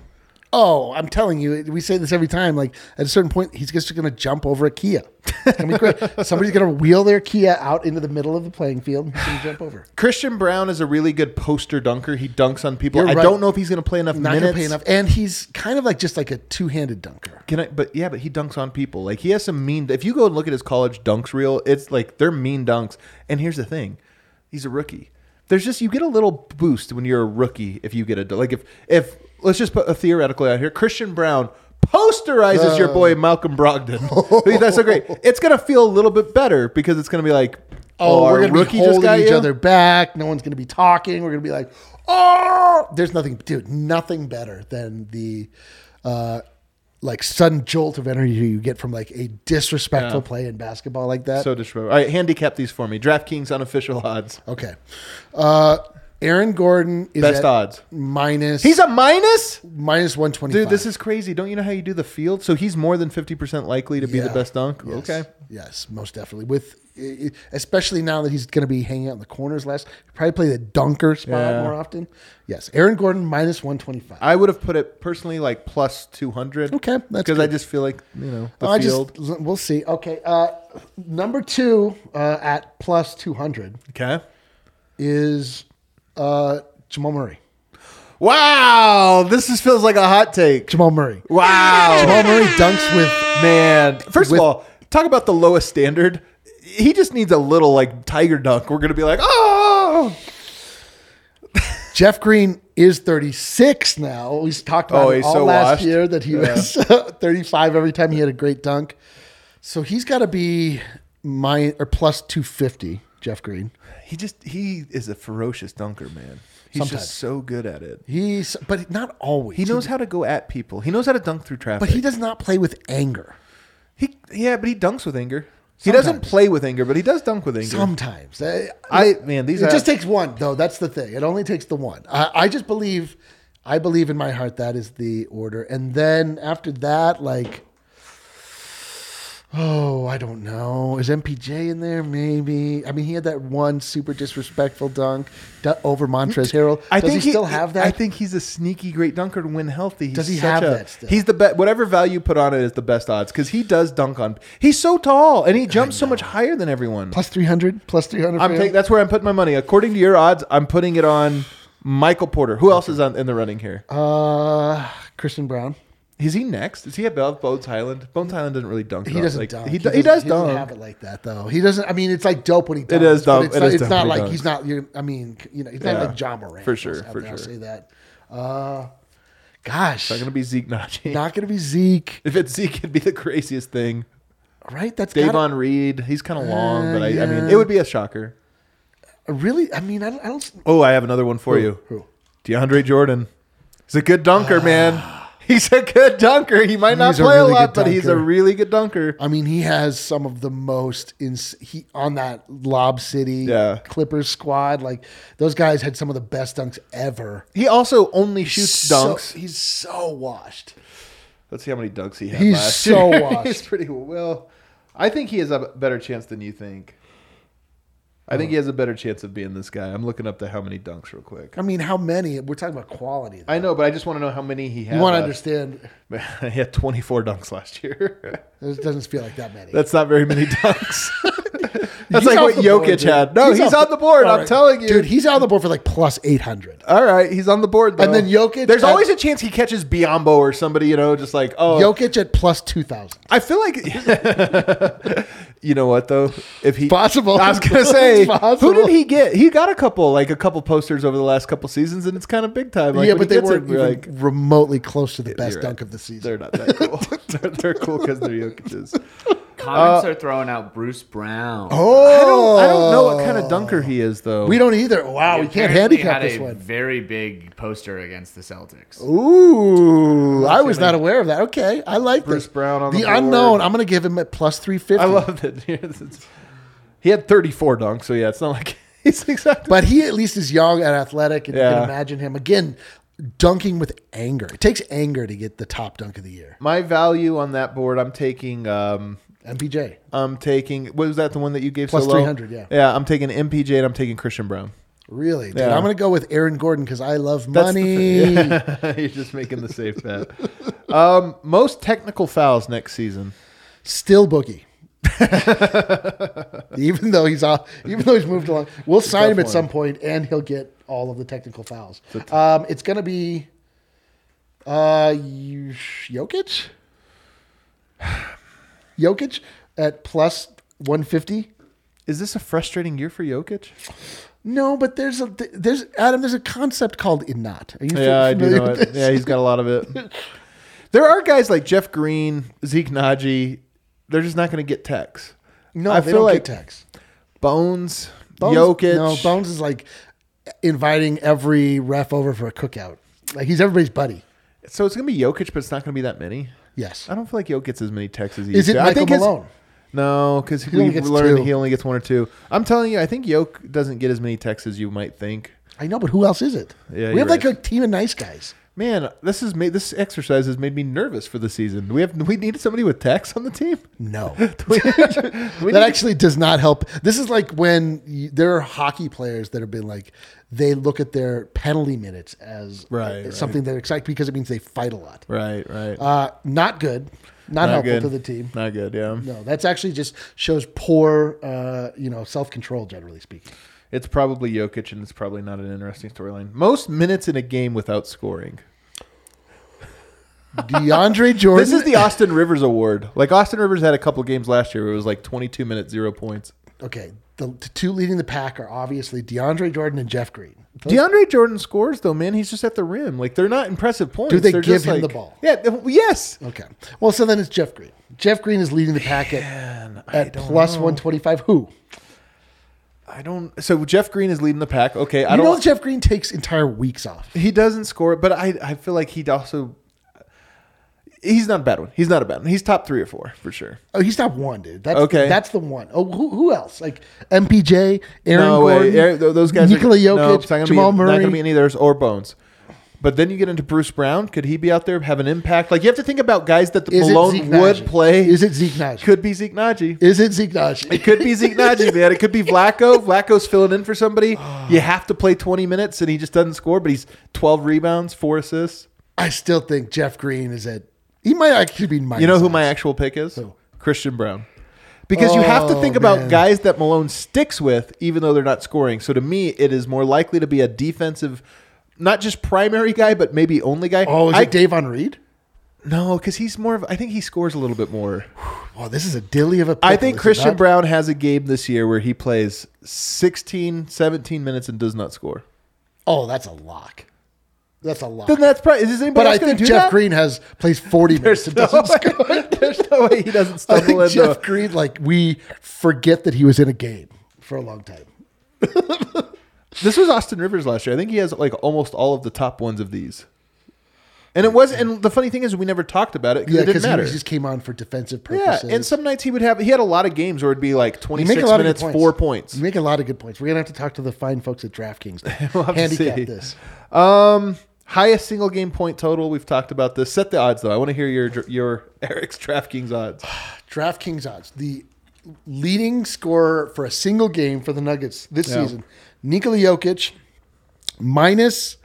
Speaker 2: Oh, I'm telling you, we say this every time. Like at a certain point, he's just going to jump over a Kia. It's gonna be great. Somebody's going to wheel their Kia out into the middle of the playing field and he's gonna jump over.
Speaker 1: Christian Brown is a really good poster dunker. He dunks on people.
Speaker 2: You're
Speaker 1: I
Speaker 2: right.
Speaker 1: don't know if he's going to play enough
Speaker 2: Not going to
Speaker 1: minutes.
Speaker 2: pay enough, and he's kind of like just like a two-handed dunker.
Speaker 1: Can I? But yeah, but he dunks on people. Like he has some mean. If you go and look at his college dunks reel, it's like they're mean dunks. And here's the thing, he's a rookie. There's just you get a little boost when you're a rookie if you get a like if if let's just put a theoretical out here. Christian Brown posterizes your
Speaker 2: Oh.
Speaker 1: boy Malcolm Brogdon. That's so great. It's gonna feel a little bit better because it's gonna be like
Speaker 2: Oh, we're
Speaker 1: our
Speaker 2: going to be holding each
Speaker 1: you?
Speaker 2: other back. No one's going to be talking. We're going to be like, oh, there's nothing, dude. Nothing better than the. Uh, like sudden jolt of energy you get from like a disrespectful play in basketball like that.
Speaker 1: So disrespectful. All right, handicap these for me. DraftKings unofficial odds.
Speaker 2: Okay. Uh, Aaron Gordon is
Speaker 1: Best
Speaker 2: at
Speaker 1: odds.
Speaker 2: minus.
Speaker 1: He's a minus.
Speaker 2: minus one twenty.
Speaker 1: Dude, this is crazy. Don't you know how you do the field? So he's more than 50% likely to be the best dunk. Okay.
Speaker 2: Yes, most definitely. With i- i- especially now that he's going to be hanging out in the corners less, probably play the dunker spot
Speaker 1: Yeah.
Speaker 2: more often. Yes, Aaron Gordon minus one twenty five.
Speaker 1: I would have put it personally like plus 200.
Speaker 2: Okay, that's
Speaker 1: Because I
Speaker 2: good.
Speaker 1: just feel like, you know, the
Speaker 2: I
Speaker 1: field.
Speaker 2: just we'll see. Okay, uh, number two uh, at plus two hundred
Speaker 1: okay.
Speaker 2: is uh, Jamal Murray.
Speaker 1: Wow. This just feels like a hot take.
Speaker 2: Jamal Murray.
Speaker 1: Wow.
Speaker 2: Jamal Murray dunks with
Speaker 1: Man. First
Speaker 2: With-
Speaker 1: of all, talk about the lowest standard. He just needs a little like tiger dunk. We're going to be like, oh.
Speaker 2: Jeff Green is 36 now. We talked about
Speaker 1: Oh,
Speaker 2: it
Speaker 1: he's
Speaker 2: all
Speaker 1: so
Speaker 2: last
Speaker 1: washed.
Speaker 2: year that he was 35 every time he had a great dunk. So he's got to be my or plus 250, Jeff Green.
Speaker 1: He just, he is a ferocious dunker, man. He's
Speaker 2: Sometimes.
Speaker 1: just so good at it.
Speaker 2: He's but not always.
Speaker 1: He knows how to go at people. He knows how to dunk through traffic.
Speaker 2: but he does not play with anger.
Speaker 1: He yeah, but he dunks with anger. He doesn't
Speaker 2: Sometimes.
Speaker 1: play with anger, but he does dunk with anger.
Speaker 2: Sometimes I,
Speaker 1: I- man, these
Speaker 2: it
Speaker 1: are-
Speaker 2: just takes one though. That's the thing. It only takes the one. I, I just believe, I believe in my heart that is the order. And then after that, like, oh, I don't know. Is MPJ in there? Maybe. I mean, he had that one super disrespectful dunk du- over Montrez Harrell.
Speaker 1: I
Speaker 2: Does
Speaker 1: think
Speaker 2: Mm, he, still have that?
Speaker 1: I think he's a sneaky great dunker to win healthy. He's
Speaker 2: Does he
Speaker 1: such
Speaker 2: have
Speaker 1: a-
Speaker 2: that still?
Speaker 1: He's the best. Whatever value put on it is the best odds because he does dunk on. He's so tall and he jumps so much higher than everyone.
Speaker 2: plus three hundred. Plus three hundred.
Speaker 1: I'm taking that's where I'm putting my money. According to your odds, I'm putting it on Michael Porter. Who else is on, in the running here?
Speaker 2: Uh, Christian Brown.
Speaker 1: is he next? Is he above Bones Highland? Bones Highland doesn't really dunk.
Speaker 2: He
Speaker 1: though.
Speaker 2: doesn't
Speaker 1: Like,
Speaker 2: dunk.
Speaker 1: He, do- he does
Speaker 2: doesn't- doesn't
Speaker 1: dunk.
Speaker 2: have it like that though. He doesn't. I mean, it's like dope when he dunks.
Speaker 1: is
Speaker 2: but
Speaker 1: dumb.
Speaker 2: It's
Speaker 1: It
Speaker 2: not,
Speaker 1: is
Speaker 2: it's
Speaker 1: dumb
Speaker 2: not
Speaker 1: when he
Speaker 2: like he's
Speaker 1: dunks.
Speaker 2: not. You're, I mean, you know, he's
Speaker 1: Yeah.
Speaker 2: not like John Moran.
Speaker 1: For sure,
Speaker 2: I'll-
Speaker 1: for
Speaker 2: I'll
Speaker 1: sure.
Speaker 2: say that. Uh, gosh,
Speaker 1: Not gonna be Zeke Najee.
Speaker 2: not gonna be Zeke,
Speaker 1: if it's Zeke, it'd be the craziest thing.
Speaker 2: right? That's gotta,
Speaker 1: Davon Reed, he's kind of long, but I, I mean,
Speaker 2: yeah.
Speaker 1: it would be a shocker.
Speaker 2: really. I mean, I don't. I don't
Speaker 1: Oh, I have another one for you.
Speaker 2: who?
Speaker 1: DeAndre Jordan. He's a good dunker, man. He's a good dunker. He might not
Speaker 2: He's a
Speaker 1: play
Speaker 2: really
Speaker 1: a lot,
Speaker 2: good
Speaker 1: but Ah. he's a
Speaker 2: dunker.
Speaker 1: really good dunker.
Speaker 2: I mean, he has some of the most ins- he on that Lob City
Speaker 1: Yeah.
Speaker 2: Clippers squad. Like those guys had some of the best dunks ever.
Speaker 1: He also only shoots
Speaker 2: So-
Speaker 1: dunks.
Speaker 2: he's so washed.
Speaker 1: Let's see how many dunks he had
Speaker 2: He's
Speaker 1: last
Speaker 2: so
Speaker 1: year.
Speaker 2: washed.
Speaker 1: he's pretty well. I think he has a better chance than you think. I think he has a better chance of being this guy. I'm looking up to how many dunks real quick.
Speaker 2: I mean, how many? We're talking about quality.
Speaker 1: I know, but I just want to know how many he had.
Speaker 2: You want to
Speaker 1: last-
Speaker 2: understand?
Speaker 1: he had 24 dunks last year.
Speaker 2: It doesn't feel like that many.
Speaker 1: That's not very many dunks. That's
Speaker 2: He's
Speaker 1: like
Speaker 2: off
Speaker 1: what
Speaker 2: the board,
Speaker 1: Jokic
Speaker 2: dude.
Speaker 1: had. No, he's,
Speaker 2: off
Speaker 1: on the board.
Speaker 2: all
Speaker 1: I'm
Speaker 2: right.
Speaker 1: telling you,
Speaker 2: dude. He's on the board for like plus eight hundred.
Speaker 1: all right. He's on the board. Though.
Speaker 2: And then Jokic
Speaker 1: There's
Speaker 2: had-
Speaker 1: always a chance he catches Biombo or somebody. You know, just like oh,
Speaker 2: Jokic at plus two thousand.
Speaker 1: I feel like. you know what though? If he
Speaker 2: Possible.
Speaker 1: I was gonna
Speaker 2: It's
Speaker 1: say
Speaker 2: possible.
Speaker 1: who did he get? He got a couple, like a couple posters over the last couple seasons, and it's kind of big time. Like,
Speaker 2: yeah,
Speaker 1: when
Speaker 2: but
Speaker 1: he
Speaker 2: they
Speaker 1: gets
Speaker 2: weren't
Speaker 1: it, we're
Speaker 2: even remotely close to the best
Speaker 1: you're
Speaker 2: dunk
Speaker 1: right.
Speaker 2: of the season.
Speaker 1: They're not that cool. they're, they're cool because they're Jokic's.
Speaker 3: Comments are throwing out Bruce Brown.
Speaker 1: Oh. I don't. I don't know what kind of dunker he is though.
Speaker 2: Oh. We don't either. Wow, we can't
Speaker 3: Apparently had
Speaker 2: handicap this
Speaker 3: a
Speaker 2: one.
Speaker 3: Very big poster against the Celtics.
Speaker 2: Ooh, I was not aware of that. Okay, I like
Speaker 1: Bruce
Speaker 2: this.
Speaker 1: Brown on the board.
Speaker 2: unknown. I'm going to give him at plus three fifty.
Speaker 1: I love that. It's- he had 34 dunks, so yeah, it's not like he's exactly.
Speaker 2: But he at least is young and athletic, and you
Speaker 1: Yeah.
Speaker 2: can imagine him again. dunking with anger. It takes anger to get the top dunk of the year.
Speaker 1: My value on that board, I'm taking. Um,
Speaker 2: MPJ.
Speaker 1: I'm taking. What was that? The one that you gave
Speaker 2: Plus
Speaker 1: so low?
Speaker 2: 300, yeah.
Speaker 1: Yeah, I'm taking MPJ and I'm taking Christian Brown.
Speaker 2: Really, dude.
Speaker 1: Yeah.
Speaker 2: I'm gonna go with Aaron Gordon because I love
Speaker 1: That's the
Speaker 2: money.
Speaker 1: thing. You're just making the safe bet. Um, most technical fouls next season.
Speaker 2: Still Boogie. even though he's off, even though he's moved along, we'll sign him at
Speaker 1: one.
Speaker 2: some point, and he'll get all of the technical fouls. um, it's gonna be uh, you- Jokic. Jokic at plus one fifty.
Speaker 1: Is this a frustrating year for Jokic?
Speaker 2: No, but there's a there's Adam. There's a concept called innat. Are you
Speaker 1: Yeah, I do
Speaker 2: familiar
Speaker 1: know
Speaker 2: with
Speaker 1: it.
Speaker 2: this?
Speaker 1: Yeah, he's got a lot of it. There are guys like Jeff Green, Zeke Naji. They're just not going to get techs.
Speaker 2: No,
Speaker 1: I
Speaker 2: they
Speaker 1: feel
Speaker 2: don't
Speaker 1: like
Speaker 2: get tax.
Speaker 1: Bones, Jokic.
Speaker 2: No, Bones is like inviting every ref over for a cookout. Like he's everybody's buddy.
Speaker 1: So it's going to be Jokic, but it's not going to be that many.
Speaker 2: Yes.
Speaker 1: I don't feel like Jokic gets as many texts as he
Speaker 2: Is
Speaker 1: used
Speaker 2: it
Speaker 1: to. I
Speaker 2: Michael
Speaker 1: think his-
Speaker 2: Malone?
Speaker 1: no, because
Speaker 2: only
Speaker 1: we
Speaker 2: gets
Speaker 1: learned
Speaker 2: two.
Speaker 1: he only gets one or two. I'm telling you, I think Yoke doesn't get as many texts as you might think.
Speaker 2: I know, but who else is it?
Speaker 1: Yeah,
Speaker 2: we
Speaker 1: you're
Speaker 2: have like
Speaker 1: right.
Speaker 2: a team of nice guys.
Speaker 1: Man, this has made this exercise has made me nervous for the season. We have we needed somebody with texts on the team.
Speaker 2: No,
Speaker 1: We- we
Speaker 2: that
Speaker 1: need-
Speaker 2: actually does not help. This is like when you, there are hockey players that have been like they look at their penalty minutes as
Speaker 1: Right,
Speaker 2: as something that excites because it means they fight a lot.
Speaker 1: right, right.
Speaker 2: Uh, not good. Not, helpful to the team.
Speaker 1: Not good. Yeah,
Speaker 2: No, that's actually just shows poor, uh, you know, self control. Generally speaking,
Speaker 1: it's probably Jokic, and it's probably not an interesting storyline. Most minutes in a game without scoring.
Speaker 2: DeAndre Jordan.
Speaker 1: This is the Austin Rivers Award. Like Austin Rivers had a couple games last year where it was like 22 minutes, zero points.
Speaker 2: okay. The, the two leading the pack are obviously DeAndre Jordan and Jeff Green.
Speaker 1: DeAndre Jordan scores though, man. He's just at the rim. Like they're not impressive points.
Speaker 2: Do they
Speaker 1: They're
Speaker 2: give
Speaker 1: just,
Speaker 2: him
Speaker 1: like-
Speaker 2: the ball?
Speaker 1: Yeah. th- Yes.
Speaker 2: Okay. Well, so then it's Jeff Green. Jeff Green is leading the pack at, at plus one twenty five. Who?
Speaker 1: I don't. So Jeff Green is leading the pack. Okay. I
Speaker 2: You
Speaker 1: don't.
Speaker 2: know Jeff Green takes entire weeks off.
Speaker 1: he doesn't score, but I I feel like he also. He's not a bad one. He's not a bad one. He's top three or four for sure.
Speaker 2: Oh, he's not one, dude. That's
Speaker 1: Okay.
Speaker 2: that's the one. Oh, who, who else? Like MPJ, Aaron
Speaker 1: no
Speaker 2: Gordon,
Speaker 1: way. Aaron- th- Those guys.
Speaker 2: Nikola
Speaker 1: are,
Speaker 2: Jokic,
Speaker 1: no, it's not gonna
Speaker 2: Jamal
Speaker 1: be, Not
Speaker 2: Murray.
Speaker 1: going to be any of theirs or Bones. But then you get into Bruce Brown. Could he be out there have an impact? Like you have to think about guys that the
Speaker 2: Is it Zeke
Speaker 1: Malone would
Speaker 2: Naji?
Speaker 1: play.
Speaker 2: Is it Zeke Naji?
Speaker 1: Could be Zeke Naji.
Speaker 2: is it Zeke Naji?
Speaker 1: It could be Zeke Naji, man. It could be Vlaco. Vlaco's filling in for somebody. You have to play 20 minutes, and he just doesn't score, but he's 12 rebounds, four assists.
Speaker 2: I still think Jeff Green is at. He might actually be minus.
Speaker 1: You know who my
Speaker 2: odds.
Speaker 1: actual pick is? Christian Brown. Because you have to
Speaker 2: Oh,
Speaker 1: think about
Speaker 2: man.
Speaker 1: guys that Malone sticks with, even though they're not scoring. So to me, it is more likely to be a defensive, not just primary guy, but maybe only guy.
Speaker 2: Oh, is
Speaker 1: I,
Speaker 2: it Davon Reed?
Speaker 1: No, because he's more of, I think he scores a little bit more.
Speaker 2: Oh, this is a dilly of a.
Speaker 1: I
Speaker 2: pickle,
Speaker 1: think
Speaker 2: is it
Speaker 1: Christian
Speaker 2: not?
Speaker 1: Brown has a game this year where he plays 16, 17 minutes and does not score.
Speaker 2: Oh, that's a lock. That's a lock.
Speaker 1: Then that's probably is anybody
Speaker 2: but
Speaker 1: else
Speaker 2: I
Speaker 1: gonna
Speaker 2: think
Speaker 1: do
Speaker 2: Jeff
Speaker 1: that?
Speaker 2: Green has plays forty minutes.
Speaker 1: There's
Speaker 2: and
Speaker 1: no,
Speaker 2: doesn't score.
Speaker 1: way, there's no way he doesn't
Speaker 2: I
Speaker 1: stumble
Speaker 2: think
Speaker 1: into.
Speaker 2: Jeff Green, like we forget that he was in a game for a long time.
Speaker 1: this was Austin Rivers last year. I think he has like almost all of the top ones of these. And it was, and the funny thing is, we never talked about it because
Speaker 2: Yeah,
Speaker 1: it didn't
Speaker 2: because he
Speaker 1: matter.
Speaker 2: was- just came on for defensive
Speaker 1: yeah,
Speaker 2: purposes.
Speaker 1: and some nights he would have. He had a lot of games where it'd be like
Speaker 2: You make a
Speaker 1: 26
Speaker 2: lot
Speaker 1: minutes,
Speaker 2: of good
Speaker 1: four points.
Speaker 2: You make a lot of good points. We're gonna have to talk to the fine folks at DraftKings. to
Speaker 1: have to
Speaker 2: handicap
Speaker 1: see.
Speaker 2: this.
Speaker 1: Um, highest single game point total. We've talked about this. Set the odds though. I want to hear your your Eric's DraftKings odds.
Speaker 2: DraftKings odds. The leading scorer for a single game for the Nuggets this
Speaker 1: Yeah.
Speaker 2: season, Nikola Jokic, minus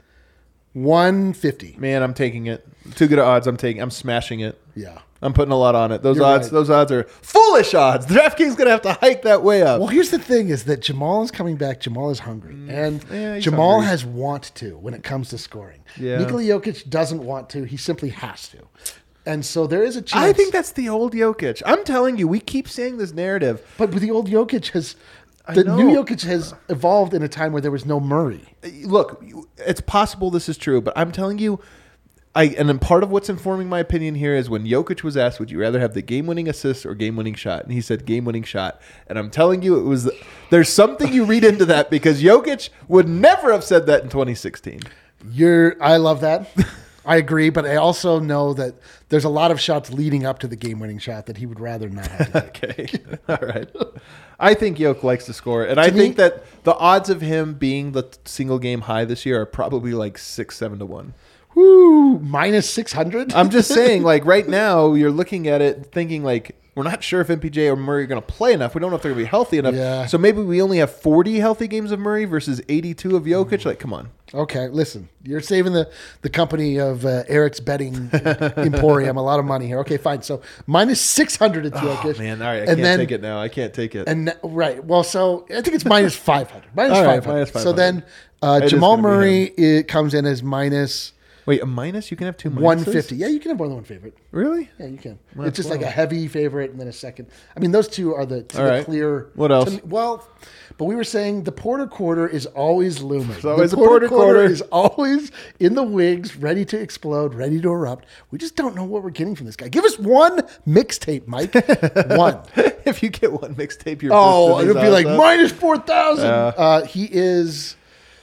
Speaker 2: one fifty.
Speaker 1: Man, I'm taking it. Too good of odds. I'm taking. I'm smashing it.
Speaker 2: Yeah.
Speaker 1: I'm putting a lot on it. Those
Speaker 2: You're
Speaker 1: odds,
Speaker 2: right.
Speaker 1: those odds are foolish odds. DraftKings gonna have to hike that way up.
Speaker 2: Well, here's the thing: is that Jamal is coming back. Jamal is hungry, and
Speaker 1: Mm. Yeah, he's
Speaker 2: Jamal
Speaker 1: hungry.
Speaker 2: has want to when it comes to scoring.
Speaker 1: Yeah.
Speaker 2: Nikola Jokic doesn't want to; he simply has to. And so there is a chance.
Speaker 1: I think that's the old Jokic. I'm telling you, we keep saying this narrative.
Speaker 2: but with the old Jokic has, the new
Speaker 1: know.
Speaker 2: Jokic has evolved in a time where there was no Murray.
Speaker 1: Uh, Look, it's possible this is true, but I'm telling you, I and then part of what's informing my opinion here is when Jokic was asked, "Would you rather have the game-winning assist or game-winning shot?" and he said, "Game-winning shot." And I'm telling you, it was there's something you read into that because Jokic would never have said that in 2016.
Speaker 2: You're, I love that. I agree, but I also know that there's a lot of shots leading up to the game-winning shot that he would rather not have. to take.
Speaker 1: Okay. All right. I think Yoke likes to score, and I
Speaker 2: To me-
Speaker 1: think that the odds of him being the t- single game high this year are probably like six, seven to one.
Speaker 2: Woo, minus six hundred.
Speaker 1: I'm just saying, like right now, you're looking at it thinking like we're not sure if MPJ or Murray are going to play enough. We don't know if they're going to be healthy enough.
Speaker 2: Yeah.
Speaker 1: So maybe we only have 40 healthy games of Murray versus 82 of Jokic. Like, come on.
Speaker 2: Okay, listen, you're saving the, the company of uh, Eric's betting emporium a lot of money here. Okay, fine. So minus 600 at Jokic.
Speaker 1: Oh, Man, all right, I
Speaker 2: and
Speaker 1: can't
Speaker 2: then,
Speaker 1: take it now. I can't take it.
Speaker 2: And right, well, so I think it's minus 500. Minus
Speaker 1: All right,
Speaker 2: 500.
Speaker 1: minus
Speaker 2: So
Speaker 1: 500.
Speaker 2: then uh,
Speaker 1: It is
Speaker 2: Jamal
Speaker 1: gonna be
Speaker 2: Murray it comes in as minus
Speaker 1: Wait, a minus? You can have two minuses?
Speaker 2: 150. Yeah, you can have more than one favorite.
Speaker 1: Really?
Speaker 2: Yeah, you can. it's just like a heavy favorite and then a second. I mean, those two are the, to
Speaker 1: All
Speaker 2: the
Speaker 1: right.
Speaker 2: clear.
Speaker 1: What
Speaker 2: to
Speaker 1: else?
Speaker 2: me- well, but we were saying the Porter quarter is always looming. It's
Speaker 1: always
Speaker 2: the
Speaker 1: a Porter quarter.
Speaker 2: is always in the wigs, ready to explode, ready to erupt. We just don't know what we're getting from this guy. Give us one mixtape, Mike. one.
Speaker 1: if you get one mixtape, you're
Speaker 2: Oh,
Speaker 1: boosting
Speaker 2: it'll
Speaker 1: these
Speaker 2: be like
Speaker 1: odds up.
Speaker 2: minus four thousand. uh, he is.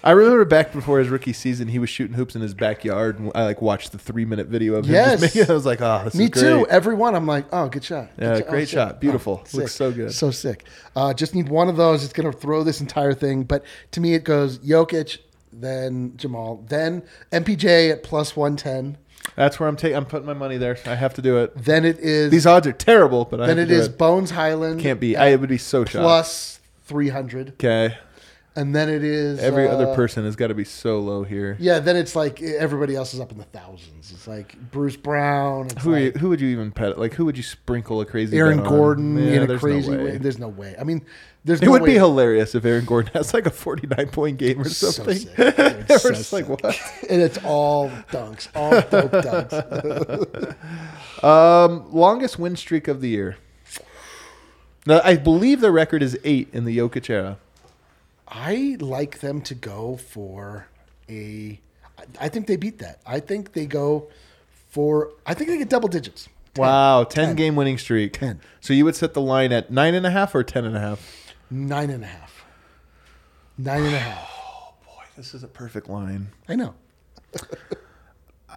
Speaker 1: I remember back before his rookie season, he was shooting hoops in his backyard, and I like watched the three minute video of him.
Speaker 2: Yes.
Speaker 1: just making it. I was like, oh, this
Speaker 2: Me
Speaker 1: is great.
Speaker 2: too. Every one, I'm like, oh, good shot. Good
Speaker 1: Yeah,
Speaker 2: shot. Oh,
Speaker 1: great
Speaker 2: sick. Oh,
Speaker 1: shot. Beautiful.
Speaker 2: sick.
Speaker 1: Looks so good.
Speaker 2: So sick. Uh, just need one of those. It's going to throw this entire thing. But to me, it goes Jokic, then Jamal, then MPJ at plus 110.
Speaker 1: That's where I'm taking. I'm putting my money there. I have to do it.
Speaker 2: Then it is.
Speaker 1: These odds are terrible, but I
Speaker 2: then
Speaker 1: have
Speaker 2: it
Speaker 1: to do
Speaker 2: is Bones Highland.
Speaker 1: Can't be. I would be so shocked.
Speaker 2: plus 300.
Speaker 1: okay.
Speaker 2: And then it is.
Speaker 1: Every other
Speaker 2: uh,
Speaker 1: person has got to be so low here.
Speaker 2: Yeah, then it's like everybody else is up in the thousands. It's like Bruce Brown. It's
Speaker 1: Who, are
Speaker 2: like-
Speaker 1: you, who would you even pet? Like, who would you sprinkle a crazy?
Speaker 2: Aaron
Speaker 1: bet on?
Speaker 2: Gordon
Speaker 1: Yeah,
Speaker 2: in a
Speaker 1: there's
Speaker 2: crazy
Speaker 1: no way.
Speaker 2: way. There's no way. I mean, there's
Speaker 1: It
Speaker 2: no
Speaker 1: would
Speaker 2: way.
Speaker 1: be hilarious if Aaron Gordon has like a 49 point game or something.
Speaker 2: sick. It's
Speaker 1: We're
Speaker 2: so
Speaker 1: just like,
Speaker 2: sick.
Speaker 1: what?
Speaker 2: and it's all dunks, all dope dunks.
Speaker 1: Um, Longest win streak of the year. Now, I believe the record is eight in the Jokic era.
Speaker 2: I like them to go for a. I- I think they beat that. I think they go for. I think they get double digits.
Speaker 1: Wow, 10, game winning streak.
Speaker 2: 10.
Speaker 1: So you would set the line at nine and a half or ten and a half?
Speaker 2: Nine and a half. Nine and a half.
Speaker 1: This is a perfect line.
Speaker 2: I know.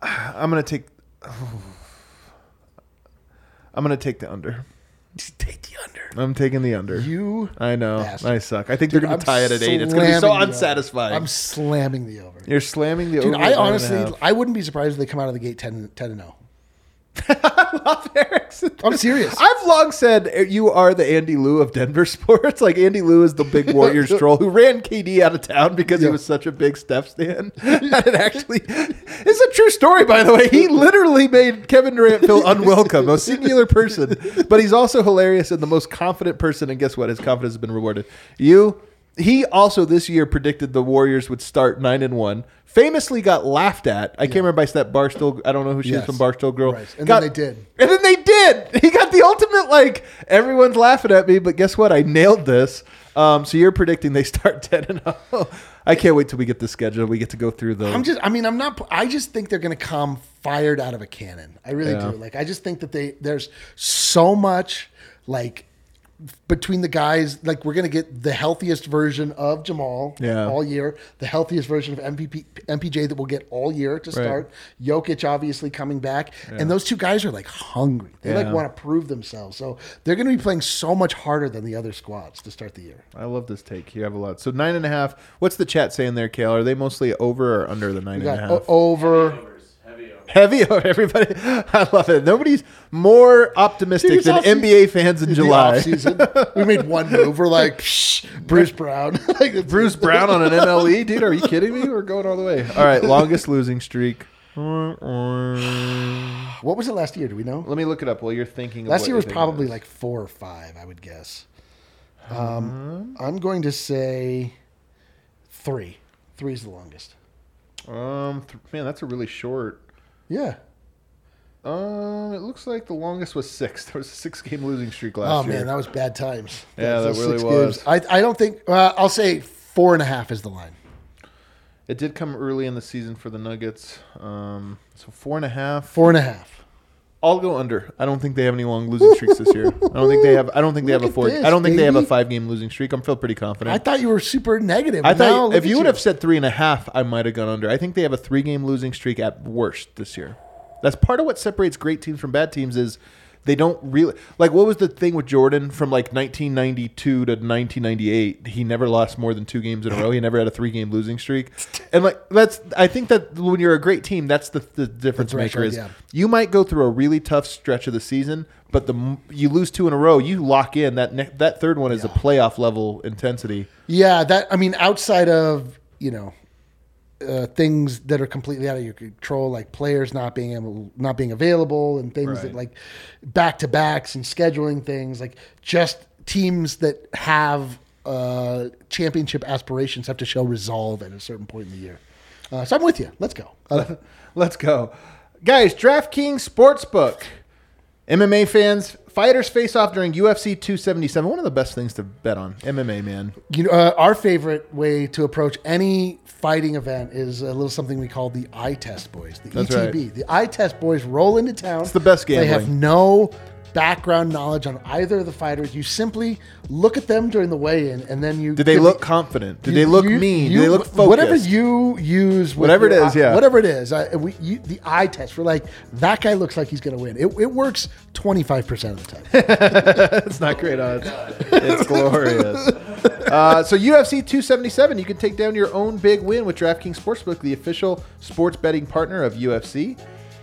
Speaker 1: I'm gonna take. I'm gonna take the under.
Speaker 2: Take the under.
Speaker 1: I'm taking the under.
Speaker 2: You.
Speaker 1: I know.
Speaker 2: bastard.
Speaker 1: I suck. I think
Speaker 2: Dude,
Speaker 1: they're Uh, gonna tie
Speaker 2: I'm
Speaker 1: it at eight. It's gonna be
Speaker 2: slamming the
Speaker 1: so
Speaker 2: over.
Speaker 1: unsatisfying.
Speaker 2: I'm slamming the over.
Speaker 1: You're slamming the
Speaker 2: Dude,
Speaker 1: over. at nine
Speaker 2: I
Speaker 1: and a
Speaker 2: honestly,
Speaker 1: half.
Speaker 2: I wouldn't be surprised if they come out of the gate 10, 10 and oh. 0. I'm serious.
Speaker 1: I've long said uh, you are the Andy Lou of Denver sports. Like Andy Lou is the big Warriors troll who ran KD out of town because he was such a big Steph stand. that it actually it's a true story, by the way. He literally made Kevin Durant feel unwelcome, a singular person. But he's also hilarious and the most confident person. And guess what? His confidence has been rewarded. You. He also this year predicted the Warriors would start nine and one. Famously got laughed at. I can't remember by that Barstool. I don't know who she is
Speaker 2: Yes.
Speaker 1: from Barstool Girl.
Speaker 2: Right. And
Speaker 1: Got-
Speaker 2: then they did.
Speaker 1: and then they did. He got the ultimate like everyone's laughing at me, but guess what? I nailed this. Um, so you're predicting they start ten and zero. I can't wait till we get the schedule. We get to go through those.
Speaker 2: I'm just. I mean, I'm not. I just think they're going to come fired out of a cannon. I really
Speaker 1: Yeah.
Speaker 2: do. Like, I just think that they there's so much like between the guys. Like, we're going to get the healthiest version of Jamal
Speaker 1: Yeah.
Speaker 2: all year, the healthiest version of MVP, MPJ that we'll get all year to start. Jokic obviously coming back, and those two guys are like hungry. They like
Speaker 1: Yeah.
Speaker 2: want to prove themselves. So they're going to be playing so much harder than the other squads to start the year.
Speaker 1: I love this take. You have a lot. So nine and a half. What's the chat saying there, Kale? Are they mostly over or under the nine
Speaker 2: We
Speaker 1: and a half?
Speaker 2: got o- over.
Speaker 1: Heavy over everybody. I love it. Nobody's more optimistic
Speaker 2: Dude, it's
Speaker 1: than
Speaker 2: off-season.
Speaker 1: NBA fans in
Speaker 2: the
Speaker 1: July.
Speaker 2: offseason. we made one move. We're like, Psh, Bruce Brown. like, it's-
Speaker 1: Bruce Brown on an MLE, dude. Are you kidding me? We're going all the way. All right, longest losing streak.
Speaker 2: What was it last year? Do we know?
Speaker 1: Let me look it up while you're thinking. of
Speaker 2: Last
Speaker 1: what
Speaker 2: year
Speaker 1: you're
Speaker 2: was
Speaker 1: thinking
Speaker 2: probably
Speaker 1: of.
Speaker 2: like four or five, I would guess. Um, I'm going to say three. Three is the longest.
Speaker 1: um, th- man, that's a really short.
Speaker 2: Yeah.
Speaker 1: Um, it looks like the longest was six. There was a six-game losing streak
Speaker 2: Oh
Speaker 1: last year.
Speaker 2: man, that was bad times.
Speaker 1: Yeah, that
Speaker 2: those
Speaker 1: really
Speaker 2: six
Speaker 1: was.
Speaker 2: games. I, I don't think. Uh, I'll say four and a half is the line.
Speaker 1: it did come early in the season for the Nuggets. Um, so four and a half.
Speaker 2: Four and a half.
Speaker 1: I'll go under. I don't think they have any long losing streaks this year. I don't think they have. I don't think they have a
Speaker 2: Look at
Speaker 1: four.
Speaker 2: this,
Speaker 1: I don't think they have a
Speaker 2: baby.
Speaker 1: five game losing streak. I'm feel pretty confident.
Speaker 2: I thought you were super negative.
Speaker 1: I
Speaker 2: Now
Speaker 1: thought
Speaker 2: look
Speaker 1: if
Speaker 2: at
Speaker 1: you would have said three and a half, I might have gone under. I think they have a three game losing streak at worst this year. That's part of what separates great teams from bad teams is they don't really like what was the thing with Jordan from like 1992 to 1998 he never lost more than two games in a row he never had a three game losing streak and like that's I think that when you're a great team that's the, the difference maker
Speaker 2: threshold,
Speaker 1: is
Speaker 2: yeah.
Speaker 1: you might go through a really tough stretch of the season, but the m- you lose two in a row, you lock in that ne- that third one is a playoff level intensity.
Speaker 2: Yeah, that I mean, outside of you know uh, things that are completely out of your control, like players not being able, not being available, and things that
Speaker 1: Right.
Speaker 2: like back to backs and scheduling things, like just teams that have uh, championship aspirations have to show resolve at a certain point in the year. Uh, so I'm with you. Let's go. Uh,
Speaker 1: Let's go. Guys, DraftKings Sportsbook. MMA fans, fighters face off during UFC 277. One of the best things to bet on. MMA, man.
Speaker 2: you know, uh, our favorite way to approach any fighting event is a little something we call the eye test boys, the
Speaker 1: That's
Speaker 2: ETB.
Speaker 1: right.
Speaker 2: The eye test boys roll into town. It's
Speaker 1: the best
Speaker 2: They have
Speaker 1: gambling.
Speaker 2: no background knowledge on either of the fighters. You simply look at them during the weigh-in, and then you
Speaker 1: Did they
Speaker 2: give-
Speaker 1: look confident? Did
Speaker 2: you-
Speaker 1: they look
Speaker 2: you-
Speaker 1: mean?
Speaker 2: you-
Speaker 1: Did they look focused?
Speaker 2: Whatever you use, with
Speaker 1: Whatever it
Speaker 2: your
Speaker 1: is,
Speaker 2: eye-
Speaker 1: yeah.
Speaker 2: Whatever it is, I, we, you, the eye test. We're like, that guy looks like he's going to win. It, it works twenty five percent of the time.
Speaker 1: It's not great odds. It's glorious. Uh, so UFC 277, you can take down your own big win with DraftKings Sportsbook, the official sports betting partner of UFC.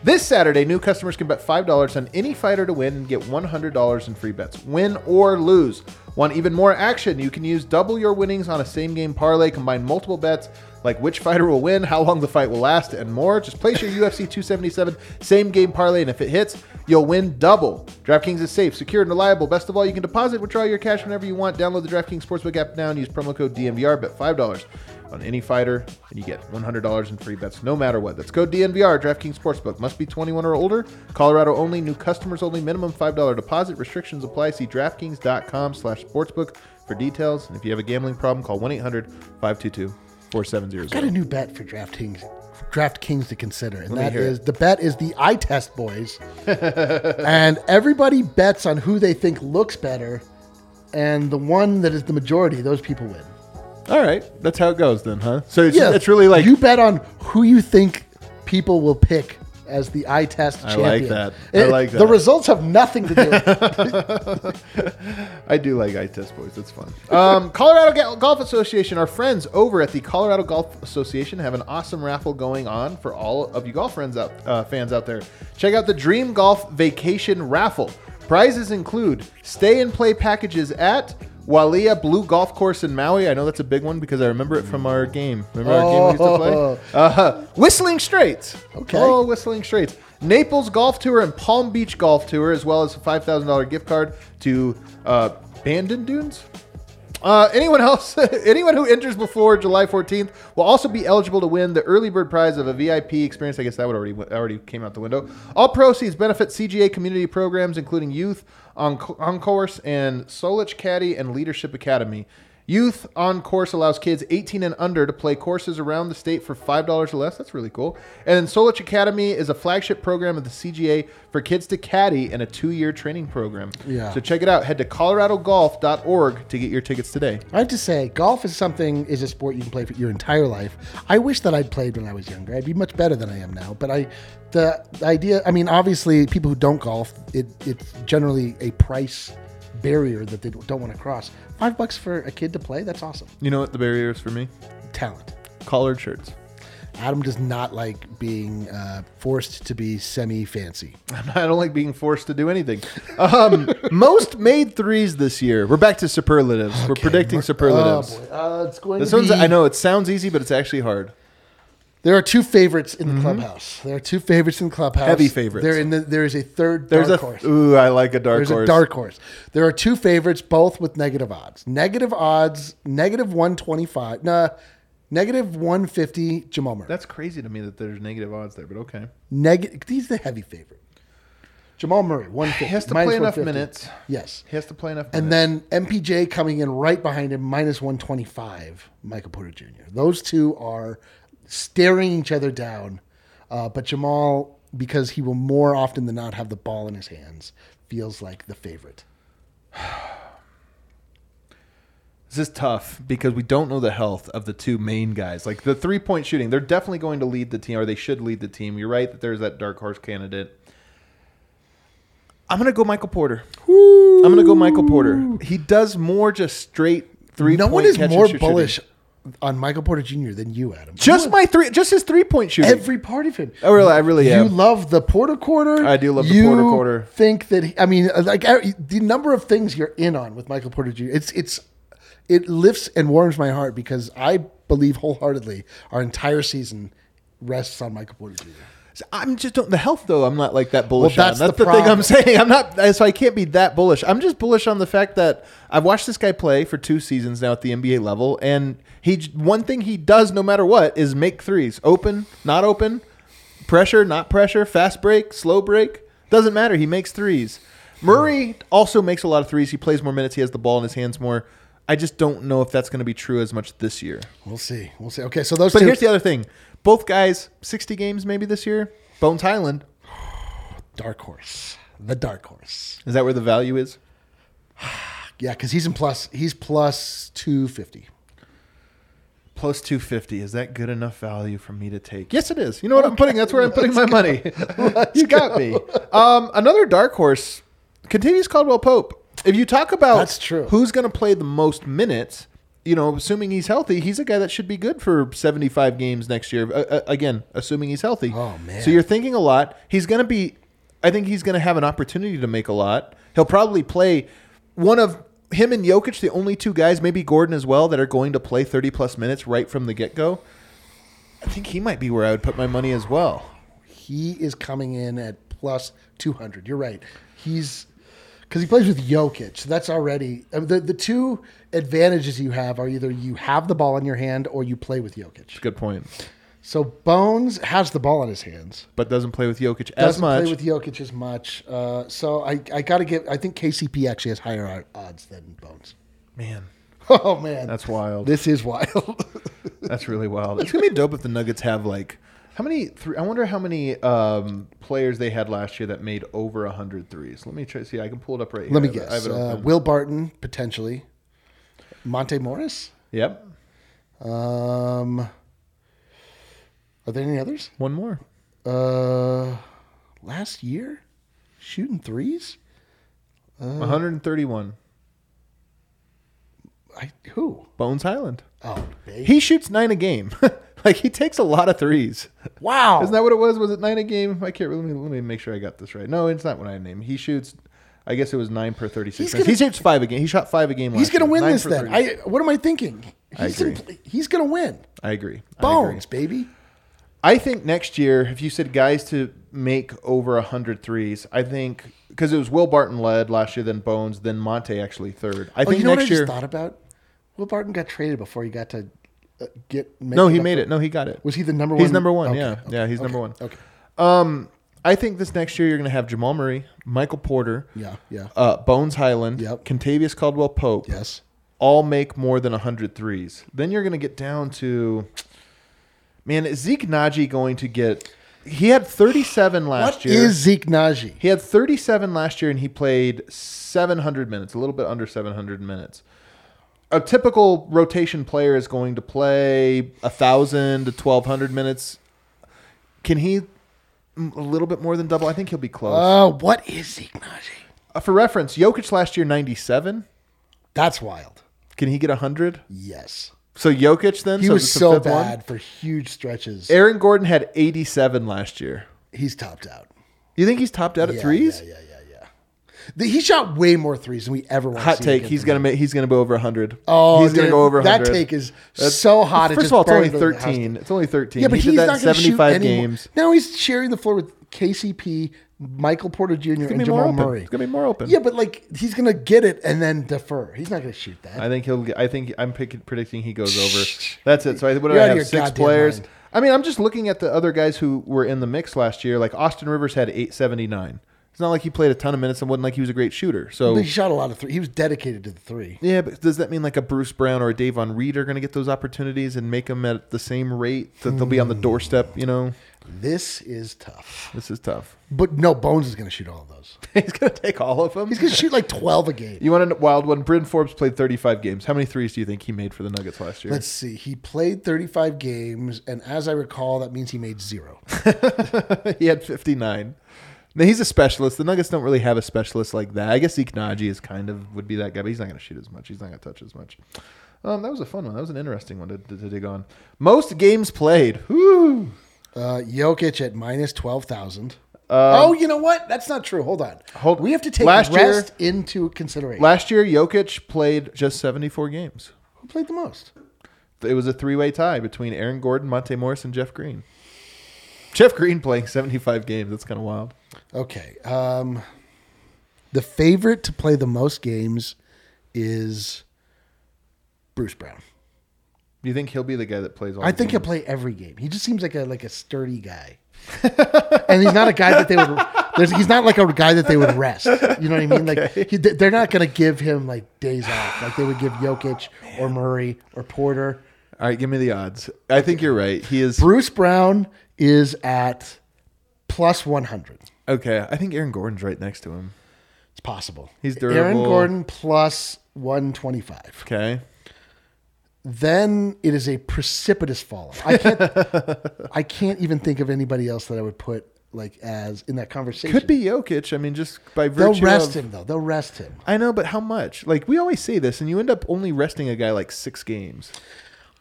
Speaker 1: This Saturday, new customers can bet $5 on any fighter to win and get $100 in free bets, win or lose. Want even more action? You can use double your winnings on a same game parlay, combine multiple bets like which fighter will win, how long the fight will last, and more. Just place your UFC 277 same game parlay, and if it hits, you'll win double. DraftKings is safe, secure, and reliable. Best of all, you can deposit, withdraw your cash whenever you want. Download the DraftKings Sportsbook app now and use promo code DNVR. Bet $5 on any fighter, and you get $100 in free bets no matter what. That's code DNVR, DraftKings Sportsbook. Must be 21 or older. Colorado only, new customers only, minimum $5 deposit. Restrictions apply. See DraftKings.com slash sportsbook for details. And if you have a gambling problem, call 1-800-522-4700.
Speaker 2: got a new bet for DraftKings. DraftKings to consider, and
Speaker 1: me
Speaker 2: that
Speaker 1: hear
Speaker 2: is the bet is the eye test boys, and everybody bets on who they think looks better, and the one that is the majority, those people win.
Speaker 1: All right, that's how it goes then, huh? So it's, it's really like
Speaker 2: you bet on who you think people will pick as the eye test
Speaker 1: I
Speaker 2: champion.
Speaker 1: like that. I like that.
Speaker 2: The results have nothing to do. with it.
Speaker 1: I do like eye test boys. It's fun. Um, Colorado Ga- Golf Association. Our friends over at the Colorado Golf Association have an awesome raffle going on for all of you golf friends out uh, fans out there. Check out the Dream Golf Vacation Raffle. Prizes include stay and play packages at Walia Blue Golf Course in Maui. I know that's a big one because I remember it from our game. Remember our game we used to play?
Speaker 2: Oh.
Speaker 1: Uh, Whistling Straits.
Speaker 2: Okay.
Speaker 1: Oh, Whistling Straits. Naples Golf Tour and Palm Beach Golf Tour, as well as a $5,000 gift card to uh, Bandon Dunes. Uh, anyone else, anyone who enters before July 14th will also be eligible to win the early bird prize of a VIP experience. I guess that would already already came out the window. All proceeds benefit CGA community programs, including Youth on, on Course and Solich Caddy and Leadership Academy. Youth on Course allows kids 18 and under to play courses around the state for $5 or less. That's really cool. And then Solich Academy is a flagship program of the CGA for kids to caddy and a two year training program.
Speaker 2: Yeah.
Speaker 1: So check it out. Head to coloradogolf.org to get your tickets today.
Speaker 2: I have to say, golf is something is a sport you can play for your entire life. I wish that I'd played when I was younger. I'd be much better than I am now. But I, the idea, I mean, obviously, people who don't golf, it it's generally a price barrier that they don't want to cross. Five bucks for a kid to play, that's awesome.
Speaker 1: You know what the barrier is for me?
Speaker 2: Talent.
Speaker 1: Collared shirts.
Speaker 2: Adam does not like being uh, forced to be semi fancy.
Speaker 1: I don't like being forced to do anything. Um, most made threes this year. We're back to superlatives. We're predicting superlatives.
Speaker 2: Uh, it's going
Speaker 1: this
Speaker 2: to
Speaker 1: one's,
Speaker 2: be-
Speaker 1: I know it sounds easy, but it's actually hard.
Speaker 2: There are two favorites in the clubhouse. There are two favorites in the clubhouse.
Speaker 1: Mm-hmm. Heavy favorites.
Speaker 2: There, in the, there is a third.
Speaker 1: There's
Speaker 2: dark
Speaker 1: a,
Speaker 2: horse.
Speaker 1: ooh, I like a dark
Speaker 2: There's
Speaker 1: horse.
Speaker 2: a dark horse. There are two favorites, both with negative odds. Negative odds, negative 125. Nah, negative 150, Jamal Murray.
Speaker 1: That's crazy to me that there's negative odds there, but okay.
Speaker 2: Neg- he's the heavy favorite. Jamal Murray, 150.
Speaker 1: He has to
Speaker 2: minus
Speaker 1: play enough
Speaker 2: 150.
Speaker 1: minutes.
Speaker 2: Yes.
Speaker 1: He has to play enough
Speaker 2: And
Speaker 1: minutes.
Speaker 2: then MPJ coming in right behind him, minus 125, Michael Porter Jr. Those two are staring each other down. Uh, but Jamal because he will more often than not have the ball in his hands. Feels like the favorite.
Speaker 1: This is tough because we don't know the health of the two main guys. Like the three point shooting, they're definitely going to lead the team, or they should lead the team. You're right that there's that dark horse candidate. I'm going to go Michael Porter. I'm going to go Michael Porter. He does more just straight three.
Speaker 2: No one
Speaker 1: point
Speaker 2: is
Speaker 1: catch and
Speaker 2: more
Speaker 1: shoot shooting.
Speaker 2: bullish on Michael Porter Jr. than you, Adam.
Speaker 1: Just my three, just his three point shooting.
Speaker 2: every part of him.
Speaker 1: Oh, really? I really
Speaker 2: You
Speaker 1: am.
Speaker 2: love the Porter quarter.
Speaker 1: I do love the
Speaker 2: You
Speaker 1: Porter quarter.
Speaker 2: Think that he- I mean, uh, like I, the number of things you're in on with Michael Porter Jr. It's it's it lifts and warms my heart because I believe wholeheartedly our entire season rests on Michael Porter Jr.
Speaker 1: I'm just don't, the health though. I'm not like that bullish.
Speaker 2: Well,
Speaker 1: on.
Speaker 2: that's
Speaker 1: that's
Speaker 2: the
Speaker 1: the, thing I'm
Speaker 2: problem.
Speaker 1: saying. I'm not so I can't be that bullish. I'm just bullish on the fact that I've watched this guy play for two seasons now at the NBA level, and he j- one thing he does no matter what is make threes, open, not open, pressure, not pressure, fast break, slow break, doesn't matter. He makes threes. Murray also makes a lot of threes. He plays more minutes. He has the ball in his hands more. I just don't know if that's going to be true as much this year.
Speaker 2: We'll see. We'll see. Okay, so those
Speaker 1: But
Speaker 2: two.
Speaker 1: here's the other thing: both guys, 60 games maybe this year. Bones Highland,
Speaker 2: dark horse. The dark horse.
Speaker 1: Is that where the value is?
Speaker 2: Yeah, because he's in plus. He's plus two fifty.
Speaker 1: Plus 250. Is that good enough value for me to take? Yes, it is. You know what I'm putting? That's where I'm putting my money. you got me. Um, another dark horse continues Caldwell Pope. If you talk about
Speaker 2: That's true.
Speaker 1: who's going to play the most minutes, you know, assuming he's healthy, he's a guy that should be good for 75 games next year. Uh, uh, again, assuming he's healthy.
Speaker 2: Oh, man.
Speaker 1: So you're thinking a lot. He's going to be, I think he's going to have an opportunity to make a lot. He'll probably play one of him and Jokic, the only two guys, maybe Gordon as well, that are going to play 30 plus minutes right from the get go. I think he might be where I would put my money as well.
Speaker 2: He is coming in at plus 200. You're right. He's because he plays with Jokic. So that's already I mean, the, the two advantages you have are either you have the ball in your hand or you play with Jokic.
Speaker 1: Good point.
Speaker 2: So Bones has the ball in his hands.
Speaker 1: But doesn't play with Jokic as
Speaker 2: Doesn't
Speaker 1: much.
Speaker 2: play with Jokic as much. Uh, so I, I got to give, I think KCP actually has higher o- odds than Bones.
Speaker 1: man,
Speaker 2: Oh, man.
Speaker 1: that's wild.
Speaker 2: This is wild.
Speaker 1: That's really wild. It's gonna be dope if the Nuggets have like how many? Three, I wonder how many um, players they had last year that made over 100 threes. Let me try. See, I can pull it up right here.
Speaker 2: Let me
Speaker 1: I have it- I have it
Speaker 2: guess. Uh,
Speaker 1: open.
Speaker 2: Will Barton, potentially. Monte Morris?
Speaker 1: yep,
Speaker 2: Um, are there any others?
Speaker 1: one more.
Speaker 2: Uh, last year, shooting threes.
Speaker 1: Uh. 131.
Speaker 2: I who?
Speaker 1: Bones Highland.
Speaker 2: Oh, baby.
Speaker 1: He shoots nine a game. like he takes a lot of threes.
Speaker 2: wow.
Speaker 1: Isn't that what it was? Was it nine a game? I can't. Let me let me make sure I got this right. No, it's not what I named. He shoots. I guess it was nine per 36. minutes.
Speaker 2: He's gonna-
Speaker 1: he shoots five a game. He shot five a game.
Speaker 2: he's
Speaker 1: last
Speaker 2: gonna
Speaker 1: year.
Speaker 2: win
Speaker 1: Nine
Speaker 2: this
Speaker 1: per
Speaker 2: then.
Speaker 1: 30.
Speaker 2: I what am I thinking? He's
Speaker 1: agree.
Speaker 2: In, pl- he's gonna win.
Speaker 1: I agree. I agree.
Speaker 2: Bones, baby.
Speaker 1: I think next year, if you said guys to make over 100 threes, I think because it was Will Barton led last year, then Bones, then Monte actually third. I
Speaker 2: Oh,
Speaker 1: think
Speaker 2: you know what I
Speaker 1: next
Speaker 2: just
Speaker 1: year.
Speaker 2: thought about? Will Barton got traded before he got to uh, get. Make
Speaker 1: No, he
Speaker 2: up
Speaker 1: made
Speaker 2: for-
Speaker 1: it. No, he got it.
Speaker 2: Was he the number
Speaker 1: He's
Speaker 2: one-
Speaker 1: number one.
Speaker 2: Okay,
Speaker 1: yeah,
Speaker 2: okay,
Speaker 1: yeah, he's
Speaker 2: okay,
Speaker 1: number one.
Speaker 2: okay.
Speaker 1: Um, I think this next year you're going to have Jamal Murray, Michael Porter,
Speaker 2: Yeah, yeah.
Speaker 1: uh, Bones Highland,
Speaker 2: Yep.
Speaker 1: Contavious Caldwell Pope,
Speaker 2: Yes.
Speaker 1: all make more than 100 threes. Then you're going to get down to, man, is Zeke Naji going to get? He had 37 last
Speaker 2: What
Speaker 1: year.
Speaker 2: is Zeke Naji?
Speaker 1: He had 37 last year and he played 700 minutes, a little bit under 700 minutes. A typical rotation player is going to play 1,000 to 1,200 minutes. Can he m- a little bit more than double? I think he'll be close.
Speaker 2: Oh, what is Zeke Naji?
Speaker 1: Uh, For reference, Jokic last year, 97.
Speaker 2: That's wild.
Speaker 1: Can he get 100?
Speaker 2: Yes.
Speaker 1: So Jokic then?
Speaker 2: He
Speaker 1: so
Speaker 2: was
Speaker 1: it's the
Speaker 2: so
Speaker 1: fifth one?
Speaker 2: bad for huge stretches.
Speaker 1: Aaron Gordon had 87 last year.
Speaker 2: He's topped out.
Speaker 1: You think he's topped out at
Speaker 2: Yeah,
Speaker 1: threes?
Speaker 2: Yeah, yeah, yeah, yeah. The- he shot way more threes than we ever want.
Speaker 1: Hot
Speaker 2: to see
Speaker 1: take.
Speaker 2: again
Speaker 1: He's
Speaker 2: from
Speaker 1: gonna
Speaker 2: him.
Speaker 1: make. He's gonna go over hundred.
Speaker 2: Oh,
Speaker 1: he's gonna
Speaker 2: dude,
Speaker 1: go over.
Speaker 2: that
Speaker 1: 100.
Speaker 2: take is so hot, it
Speaker 1: First
Speaker 2: just
Speaker 1: of all, it's only
Speaker 2: burned under the house.
Speaker 1: thirteen. It's only thirteen.
Speaker 2: Yeah, but
Speaker 1: he did
Speaker 2: he's
Speaker 1: that
Speaker 2: not
Speaker 1: in
Speaker 2: going to shoot
Speaker 1: seventy-five
Speaker 2: anymore.
Speaker 1: games.
Speaker 2: Now he's sharing the floor with KCP, Michael Porter Jr.,
Speaker 1: be
Speaker 2: and
Speaker 1: more
Speaker 2: Jamal
Speaker 1: open.
Speaker 2: Murray.
Speaker 1: It's gonna be more open.
Speaker 2: Yeah, but like he's going to get it and then defer. He's not going to shoot that.
Speaker 1: I think he'll. get- I think I'm pick, predicting he goes over. That's it. So I, what do I
Speaker 2: You're out of
Speaker 1: have?
Speaker 2: your
Speaker 1: Six
Speaker 2: goddamn
Speaker 1: players.
Speaker 2: mind.
Speaker 1: I mean, I'm just looking at the other guys who were in the mix last year. Like Austin Rivers had eight seventy-nine. It's not like he played a ton of minutes and wasn't like he was a great shooter. So
Speaker 2: He shot a lot of three. He was dedicated to the three.
Speaker 1: yeah, but does that mean like a Bruce Brown or a Davon Reed are going to get those opportunities and make them at the same rate that they'll be
Speaker 2: Hmm.
Speaker 1: on the doorstep? You know,
Speaker 2: This is tough.
Speaker 1: this is tough.
Speaker 2: But no, Bones is going to shoot all of those.
Speaker 1: He's going to take all of them.
Speaker 2: He's going to shoot like 12 a game.
Speaker 1: You want a wild one? Bryn Forbes played 35 games. How many threes do you think he made for the Nuggets last year?
Speaker 2: Let's see. He played 35 games, and as I recall, that means he made zero.
Speaker 1: he had 59. Now he's a specialist. The Nuggets don't really have a specialist like that. I guess Zeke Naji is kind of would be that guy, but he's not going to shoot as much. He's not going to touch as much. Um, that was a fun one. That was an interesting one to, to, to dig on. Most games played. Whoo!
Speaker 2: Uh, Jokic at minus 12,000. oh, you know what? That's not true. Hold on.
Speaker 1: Um, Hold-
Speaker 2: we have to take
Speaker 1: last year-
Speaker 2: rest into consideration.
Speaker 1: Last year, Jokic played just 74 games.
Speaker 2: Who played the most?
Speaker 1: It was a three-way tie between Aaron Gordon, Monte Morris, and Jeff Green. Jeff Green playing 75 games. That's kind of wild.
Speaker 2: Okay. Um, the favorite to play the most games is Bruce Brown.
Speaker 1: Do you think he'll be the guy that plays all?
Speaker 2: I
Speaker 1: the
Speaker 2: think he'll
Speaker 1: games?
Speaker 2: play every game. He just seems like a like a sturdy guy, and he's not a guy that they would. There's, he's not like a guy that they would rest. You know what I mean? Like he, they're not going to give him like days off, like they would give Jokic or Murray or Porter.
Speaker 1: All right, give me the odds. I think you're right. He is
Speaker 2: Bruce Brown is at plus one hundred.
Speaker 1: okay. I think Aaron Gordon's right next to him.
Speaker 2: It's possible.
Speaker 1: He's
Speaker 2: Aaron
Speaker 1: durable.
Speaker 2: Gordon plus one twenty five.
Speaker 1: Okay.
Speaker 2: Then it is a precipitous fall. off. I can't. I can't even think of anybody else that I would put like as in that conversation.
Speaker 1: Could be Jokic. I mean, just by
Speaker 2: They'll
Speaker 1: virtue
Speaker 2: rest
Speaker 1: of,
Speaker 2: him though. They'll rest him.
Speaker 1: I know, but how much? Like we always say this, and you end up only resting a guy like six games.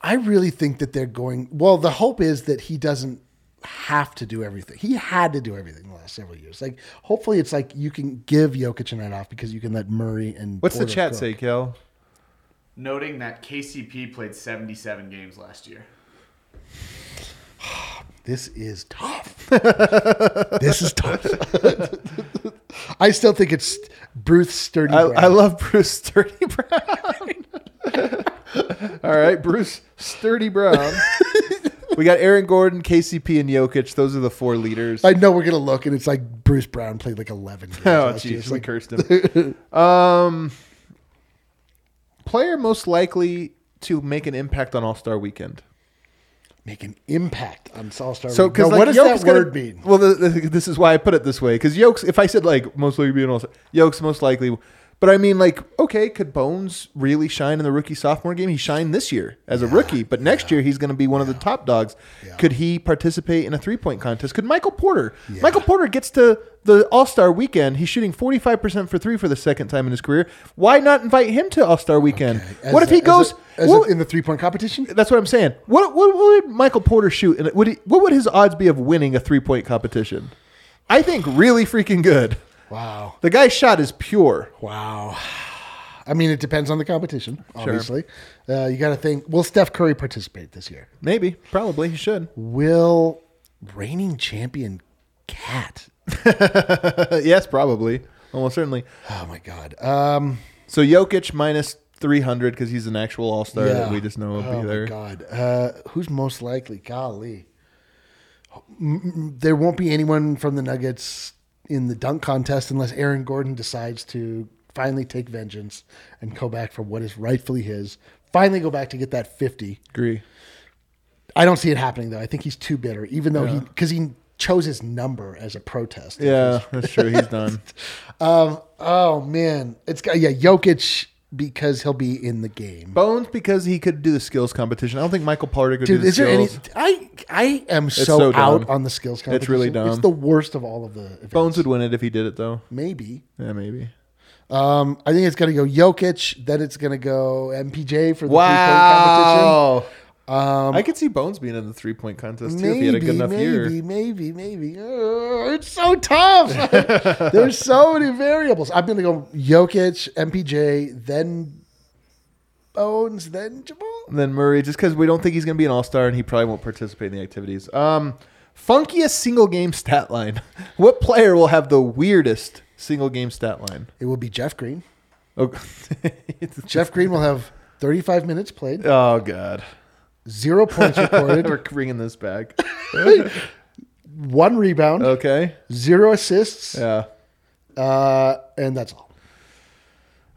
Speaker 2: I really think that they're going. Well, the hope is that he doesn't have to do everything. He had to do everything the last several years. Like, hopefully, it's like you can give Jokic a night off because you can let Murray and
Speaker 1: What's the
Speaker 2: Porter
Speaker 1: chat
Speaker 2: cook.
Speaker 1: say, Kel?
Speaker 3: Noting that KCP played 77 games last year.
Speaker 2: This is tough. this is tough. I still think it's Bruce Sturdy.
Speaker 1: I,
Speaker 2: Brown.
Speaker 1: I love Bruce Sturdy Brown. All right, Bruce Sturdy Brown. we got Aaron Gordon, KCP, and Jokic. Those are the four leaders.
Speaker 2: I know we're gonna look, and it's like Bruce Brown played like eleven. Games
Speaker 1: Oh,
Speaker 2: last year.
Speaker 1: jeez,
Speaker 2: It's
Speaker 1: we
Speaker 2: like,
Speaker 1: cursed him. um, player most likely to make an impact on All Star Weekend.
Speaker 2: make an impact on All Star.
Speaker 1: So, because
Speaker 2: what does that word mean?
Speaker 1: Well, th th- this is why I put it this way. Because Yokes, if I said like most likely to be an All Star, Yokes most likely. But I mean, like, okay, could Bones really shine in the rookie sophomore game? He shined this year as a rookie, but next year he's going to be one of the top dogs. Could he participate in a three point contest? Could Michael Porter? Michael Porter gets to the All Star weekend. He's shooting 45% for three for the second time in his career. Why not invite him to All Star weekend?
Speaker 2: As
Speaker 1: what if
Speaker 2: a-
Speaker 1: he
Speaker 2: as a-
Speaker 1: goes.
Speaker 2: as a-
Speaker 1: what-
Speaker 2: in the three point competition?
Speaker 1: that's what I'm saying. What what would Michael Porter shoot? And would he, what would his odds be of winning a three point competition? I think really freaking good.
Speaker 2: Wow.
Speaker 1: The guy's shot is pure.
Speaker 2: Wow. I mean, it depends on the competition, obviously. Uh, you got to think will Steph Curry participate this year?
Speaker 1: Maybe, probably, he should.
Speaker 2: Will reigning champion Cat?
Speaker 1: Uh, yes, probably, almost certainly.
Speaker 2: Oh, my God. Um,
Speaker 1: So Jokic minus three hundred because he's an actual All Star
Speaker 2: yeah.
Speaker 1: that we just know will
Speaker 2: oh
Speaker 1: be there.
Speaker 2: My God. Uh, who's most likely? Golly. Mm, mm, There won't be anyone from the Nuggets in the dunk contest unless Aaron Gordon decides to finally take vengeance and go back for what is rightfully his. Finally, go back to get that 50.
Speaker 1: Agree.
Speaker 2: I don't see it happening though. I think he's too bitter, even though he because he chose his number as a protest.
Speaker 1: Yeah, that's true. He's done.
Speaker 2: Um. Oh man, it's got yeah Jokic because he'll be in the game.
Speaker 1: Bones because he could do the skills competition. I don't think Michael Porter could do
Speaker 2: Dude,
Speaker 1: the
Speaker 2: is there any?
Speaker 1: skills.
Speaker 2: I I am so,
Speaker 1: so dumb.
Speaker 2: out on the skills competition.
Speaker 1: It's really dumb.
Speaker 2: It's the worst of all of the events.
Speaker 1: Bones would win it if he did it though.
Speaker 2: Maybe.
Speaker 1: Yeah, maybe.
Speaker 2: Um. I think it's gonna go Jokic. Then it's gonna go MPJ for the three-point competition. Um,
Speaker 1: Wow. I could see Bones being in the three point contest too if he had a good enough
Speaker 2: maybe,
Speaker 1: year.
Speaker 2: Maybe, maybe, Uh, it's so tough. There's so many variables. I'm going to go Jokic, MPJ, then Bones, then Jamal.
Speaker 1: than Murray just because we don't think he's going to be an all star and he probably won't participate in the activities. Um, funkiest single game stat line. What player will have the weirdest single game stat line?
Speaker 2: It will be Jeff Green.
Speaker 1: Oh,
Speaker 2: Jeff Green will have 35 minutes played,
Speaker 1: oh God.
Speaker 2: zero points
Speaker 1: We're
Speaker 2: recorded,
Speaker 1: bringing this back.
Speaker 2: one rebound,
Speaker 1: Okay.
Speaker 2: zero assists,
Speaker 1: Yeah.
Speaker 2: Uh, and that's all.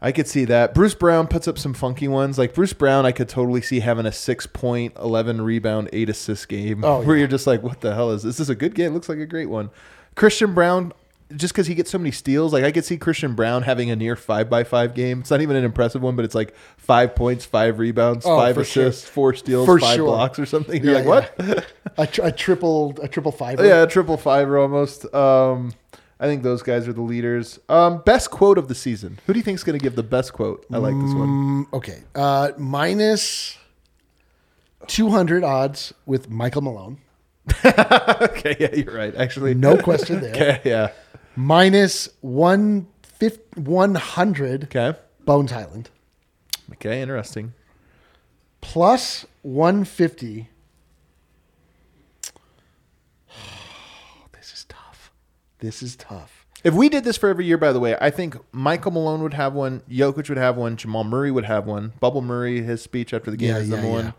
Speaker 1: I could see that. Bruce Brown puts up some funky ones. Like Bruce Brown, I could totally see having a six point, 11 rebound, eight assist game
Speaker 2: Oh,
Speaker 1: where
Speaker 2: yeah.
Speaker 1: you're just like, what the hell is this? This is a good game. It looks like a great one. Christian Brown, just because he gets so many steals, like I could see Christian Brown having a near five by five game. It's not even an impressive one, but it's like five points, five rebounds,
Speaker 2: Oh,
Speaker 1: five
Speaker 2: for sure.
Speaker 1: assists, four steals,
Speaker 2: For
Speaker 1: five
Speaker 2: sure.
Speaker 1: blocks or something. You're
Speaker 2: Yeah,
Speaker 1: like,
Speaker 2: yeah.
Speaker 1: what? Oh,
Speaker 2: A, tr- a triple, a triple fiber.
Speaker 1: yeah, triple fiver almost. Um, I think those guys are the leaders. Um, best quote of the season. Who do you think's going to give the best quote? I like this one.
Speaker 2: Okay. Uh, minus 200 odds with Michael Malone.
Speaker 1: Okay, yeah, you're right. Actually,
Speaker 2: No question there.
Speaker 1: Okay, yeah.
Speaker 2: Minus 150 100
Speaker 1: Okay.
Speaker 2: Bones Highland.
Speaker 1: Okay, interesting.
Speaker 2: Plus 150. this is tough. This is tough.
Speaker 1: If we did this for every year, by the way, I think Michael Malone would have one, Jokic would have one, Jamal Murray would have one, Bubble Murray, his speech after the game
Speaker 2: Yeah,
Speaker 1: is
Speaker 2: yeah,
Speaker 1: number
Speaker 2: yeah.
Speaker 1: one.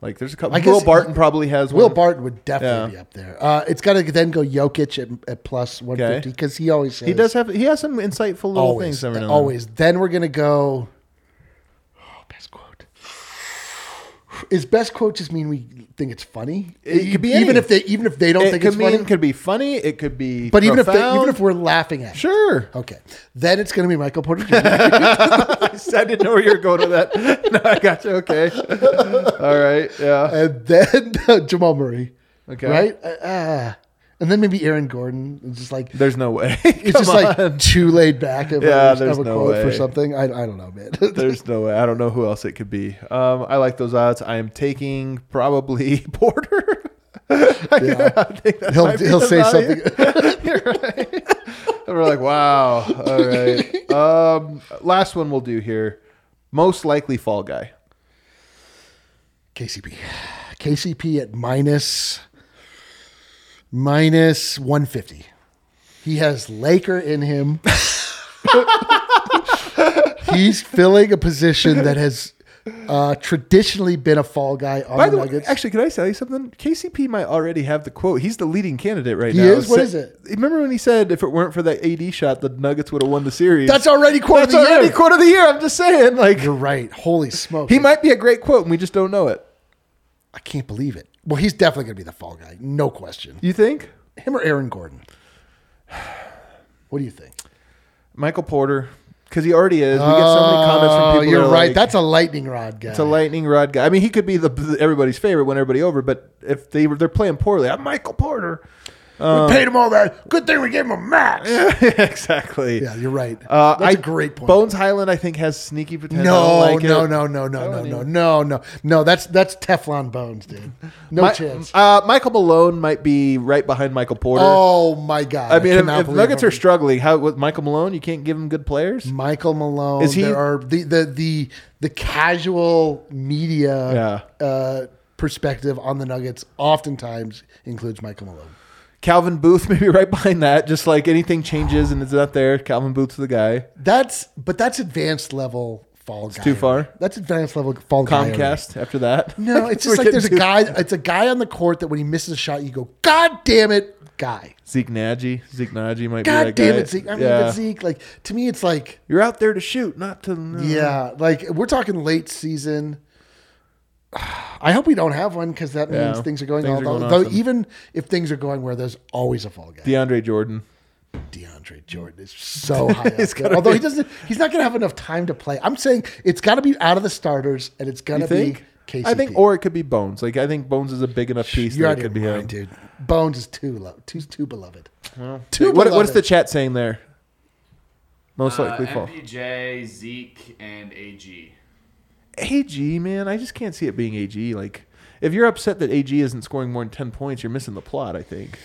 Speaker 1: Like, there's a couple.
Speaker 2: I
Speaker 1: Will
Speaker 2: guess-
Speaker 1: Barton probably has
Speaker 2: Will
Speaker 1: one.
Speaker 2: Barton would
Speaker 1: Yeah.
Speaker 2: definitely be up there. Uh, it's got to then go Jokic at, at plus 150
Speaker 1: Okay.
Speaker 2: because he always says
Speaker 1: He does have. He has some insightful little
Speaker 2: always,
Speaker 1: things every now and then.
Speaker 2: always. Then we're gonna go. Oh, best quote. Is best quote just mean we think it's funny?
Speaker 1: It could be
Speaker 2: even
Speaker 1: any.
Speaker 2: if they even if they don't
Speaker 1: It
Speaker 2: think
Speaker 1: could
Speaker 2: it's
Speaker 1: mean
Speaker 2: funny.
Speaker 1: it could be funny. It could be.
Speaker 2: but even if they,
Speaker 1: profound.
Speaker 2: even if we're laughing at it.
Speaker 1: sure,
Speaker 2: Okay, then it's gonna be Michael Porter Jr.
Speaker 1: I didn't know where you were going with that. No, I got you. Okay, all right, yeah,
Speaker 2: and then Jamal Murray.
Speaker 1: okay.
Speaker 2: Right? Uh, ah. and then maybe Aaron Gordon. It's just like
Speaker 1: There's no way.
Speaker 2: it's just like too laid back of,
Speaker 1: Yeah,
Speaker 2: a,
Speaker 1: there's
Speaker 2: of a
Speaker 1: no
Speaker 2: quote for
Speaker 1: way.
Speaker 2: something. I, I don't know, man.
Speaker 1: There's no way. I don't know who else it could be. Um, I like those odds. I am taking probably Porter. I think that
Speaker 2: He'll-
Speaker 1: might be
Speaker 2: he'll
Speaker 1: the
Speaker 2: say
Speaker 1: value. You're right. And we're like, wow. All right. Um, last one we'll do here. Most likely fall guy.
Speaker 2: KCP. KCP at minus minus 150. He has Laker in him. He's filling a position that has uh, traditionally been a fall guy on
Speaker 1: By the
Speaker 2: the
Speaker 1: way,
Speaker 2: Nuggets.
Speaker 1: actually, can I tell you something? KCP might already have the quote. He's the leading candidate right
Speaker 2: He
Speaker 1: now.
Speaker 2: is? What
Speaker 1: Sa-
Speaker 2: is it?
Speaker 1: Remember when he said if it weren't for that AD shot, the Nuggets would have won the series?
Speaker 2: that's already quote
Speaker 1: That's
Speaker 2: of the
Speaker 1: already
Speaker 2: year.
Speaker 1: quote of the year. I'm just saying, like
Speaker 2: You're right. Holy smoke.
Speaker 1: he might be a great quote, and we just don't know it.
Speaker 2: I can't believe it. Well, he's definitely going to be the fall guy. No question.
Speaker 1: You think
Speaker 2: Him or Aaron Gordon? What do you think?
Speaker 1: Michael Porter? Because he already is. We get so many comments from
Speaker 2: Oh,
Speaker 1: people. that
Speaker 2: you're
Speaker 1: are
Speaker 2: right.
Speaker 1: like,
Speaker 2: That's a lightning rod guy.
Speaker 1: it's a lightning rod guy. I mean, he could be the everybody's favorite, win everybody over. But if they were they're playing poorly, I'm Michael Porter. Uh,
Speaker 2: we paid him all that. Good thing we gave him a max. Yeah,
Speaker 1: exactly.
Speaker 2: you're right.
Speaker 1: Uh,
Speaker 2: That's
Speaker 1: I-
Speaker 2: a great point.
Speaker 1: Bones Highland, I think, has sneaky potential.
Speaker 2: no,
Speaker 1: I don't like
Speaker 2: no,
Speaker 1: it.
Speaker 2: no, no, no, no, no, no, no, no. That's that's Teflon bones, dude. No
Speaker 1: My-
Speaker 2: chance.
Speaker 1: Uh, Michael Malone might be right behind Michael Porter.
Speaker 2: oh my god.
Speaker 1: I mean, if,
Speaker 2: cannot
Speaker 1: if
Speaker 2: believe
Speaker 1: Nuggets
Speaker 2: I'm-
Speaker 1: are struggling, how with Michael Malone, you can't give him good players.
Speaker 2: Michael Malone.
Speaker 1: Is he-
Speaker 2: there are the the the the casual media
Speaker 1: Yeah.
Speaker 2: uh, perspective on the Nuggets oftentimes includes Michael Malone.
Speaker 1: Calvin Booth maybe right behind that. Just like anything changes and it's not there, Calvin Booth's the guy.
Speaker 2: That's but that's advanced level fall guy.
Speaker 1: too far?
Speaker 2: That's advanced level fall guy. already.
Speaker 1: Comcast after that.
Speaker 2: No, it's
Speaker 1: We're
Speaker 2: just like there's a
Speaker 1: getting
Speaker 2: guy. It's a guy on the court that when he misses a shot, you go, "God damn it, guy!
Speaker 1: to- Zeke Nagy. Zeke Nagy might be
Speaker 2: God
Speaker 1: that
Speaker 2: damn
Speaker 1: guy.
Speaker 2: it, Zeke!" I mean,
Speaker 1: Yeah.
Speaker 2: but Zeke. Like to me, it's like,
Speaker 1: You're out there to shoot, not to. no.
Speaker 2: yeah, like we're talking late season. I hope we don't have one because that means
Speaker 1: Yeah.
Speaker 2: things are going
Speaker 1: Things
Speaker 2: all
Speaker 1: are going
Speaker 2: though
Speaker 1: awesome.
Speaker 2: even if things are going where there's always a fall guy.
Speaker 1: DeAndre Jordan.
Speaker 2: DeAndre Jordan is so high.
Speaker 1: He's
Speaker 2: up there.
Speaker 1: gotta
Speaker 2: Mm. Although
Speaker 1: be-
Speaker 2: he doesn't, he's not going to have enough time to play. I'm saying it's got to be out of the starters, and it's going
Speaker 1: You
Speaker 2: to be
Speaker 1: think?
Speaker 2: KCP.
Speaker 1: I think, or it could be Bones. Like I think Bones is a big enough piece
Speaker 2: You're
Speaker 1: that
Speaker 2: out
Speaker 1: it
Speaker 2: of
Speaker 1: could be
Speaker 2: your
Speaker 1: him.
Speaker 2: mind, dude. Bones is too low, too too beloved. too
Speaker 1: What, what is
Speaker 2: beloved.
Speaker 1: the chat saying there? Most
Speaker 3: Uh,
Speaker 1: likely fall.
Speaker 3: MPJ, Zeke, and AG.
Speaker 1: AG, man, I just can't see it being AG. Like, if you're upset that AG isn't scoring more than 10 points, you're missing the plot, I think.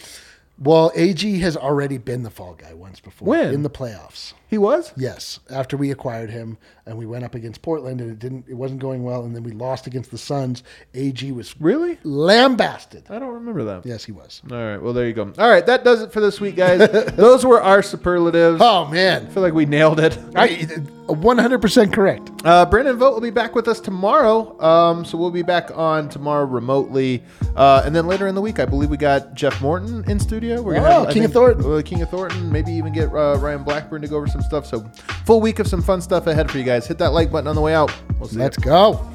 Speaker 2: Well, AG has already been the fall guy once before
Speaker 1: When?
Speaker 2: in the playoffs.
Speaker 1: He was?
Speaker 2: Yes, after we acquired him and we went up against Portland and it didn't, it wasn't going well, and then we lost against the Suns. AG was
Speaker 1: Really?
Speaker 2: lambasted.
Speaker 1: I don't remember that.
Speaker 2: Yes, he was.
Speaker 1: All right, well, there you go. All right, that does it for this week, guys. Those were our superlatives. I
Speaker 2: Oh man,
Speaker 1: feel like we nailed it.
Speaker 2: I, 100% correct.
Speaker 1: Uh, Brandon Vogt will be back with us tomorrow. Um, so we'll be back on tomorrow remotely. Uh, and then later in the week, I believe we got Jeff Morton in studio. We're
Speaker 2: Oh,
Speaker 1: I
Speaker 2: King of Thornton.
Speaker 1: uh, King of Thornton. Maybe even get uh, Ryan Blackburn to go over some stuff. So full week of some fun stuff ahead for you guys. Hit that like button on the way out. We'll see ya.
Speaker 2: Let's go.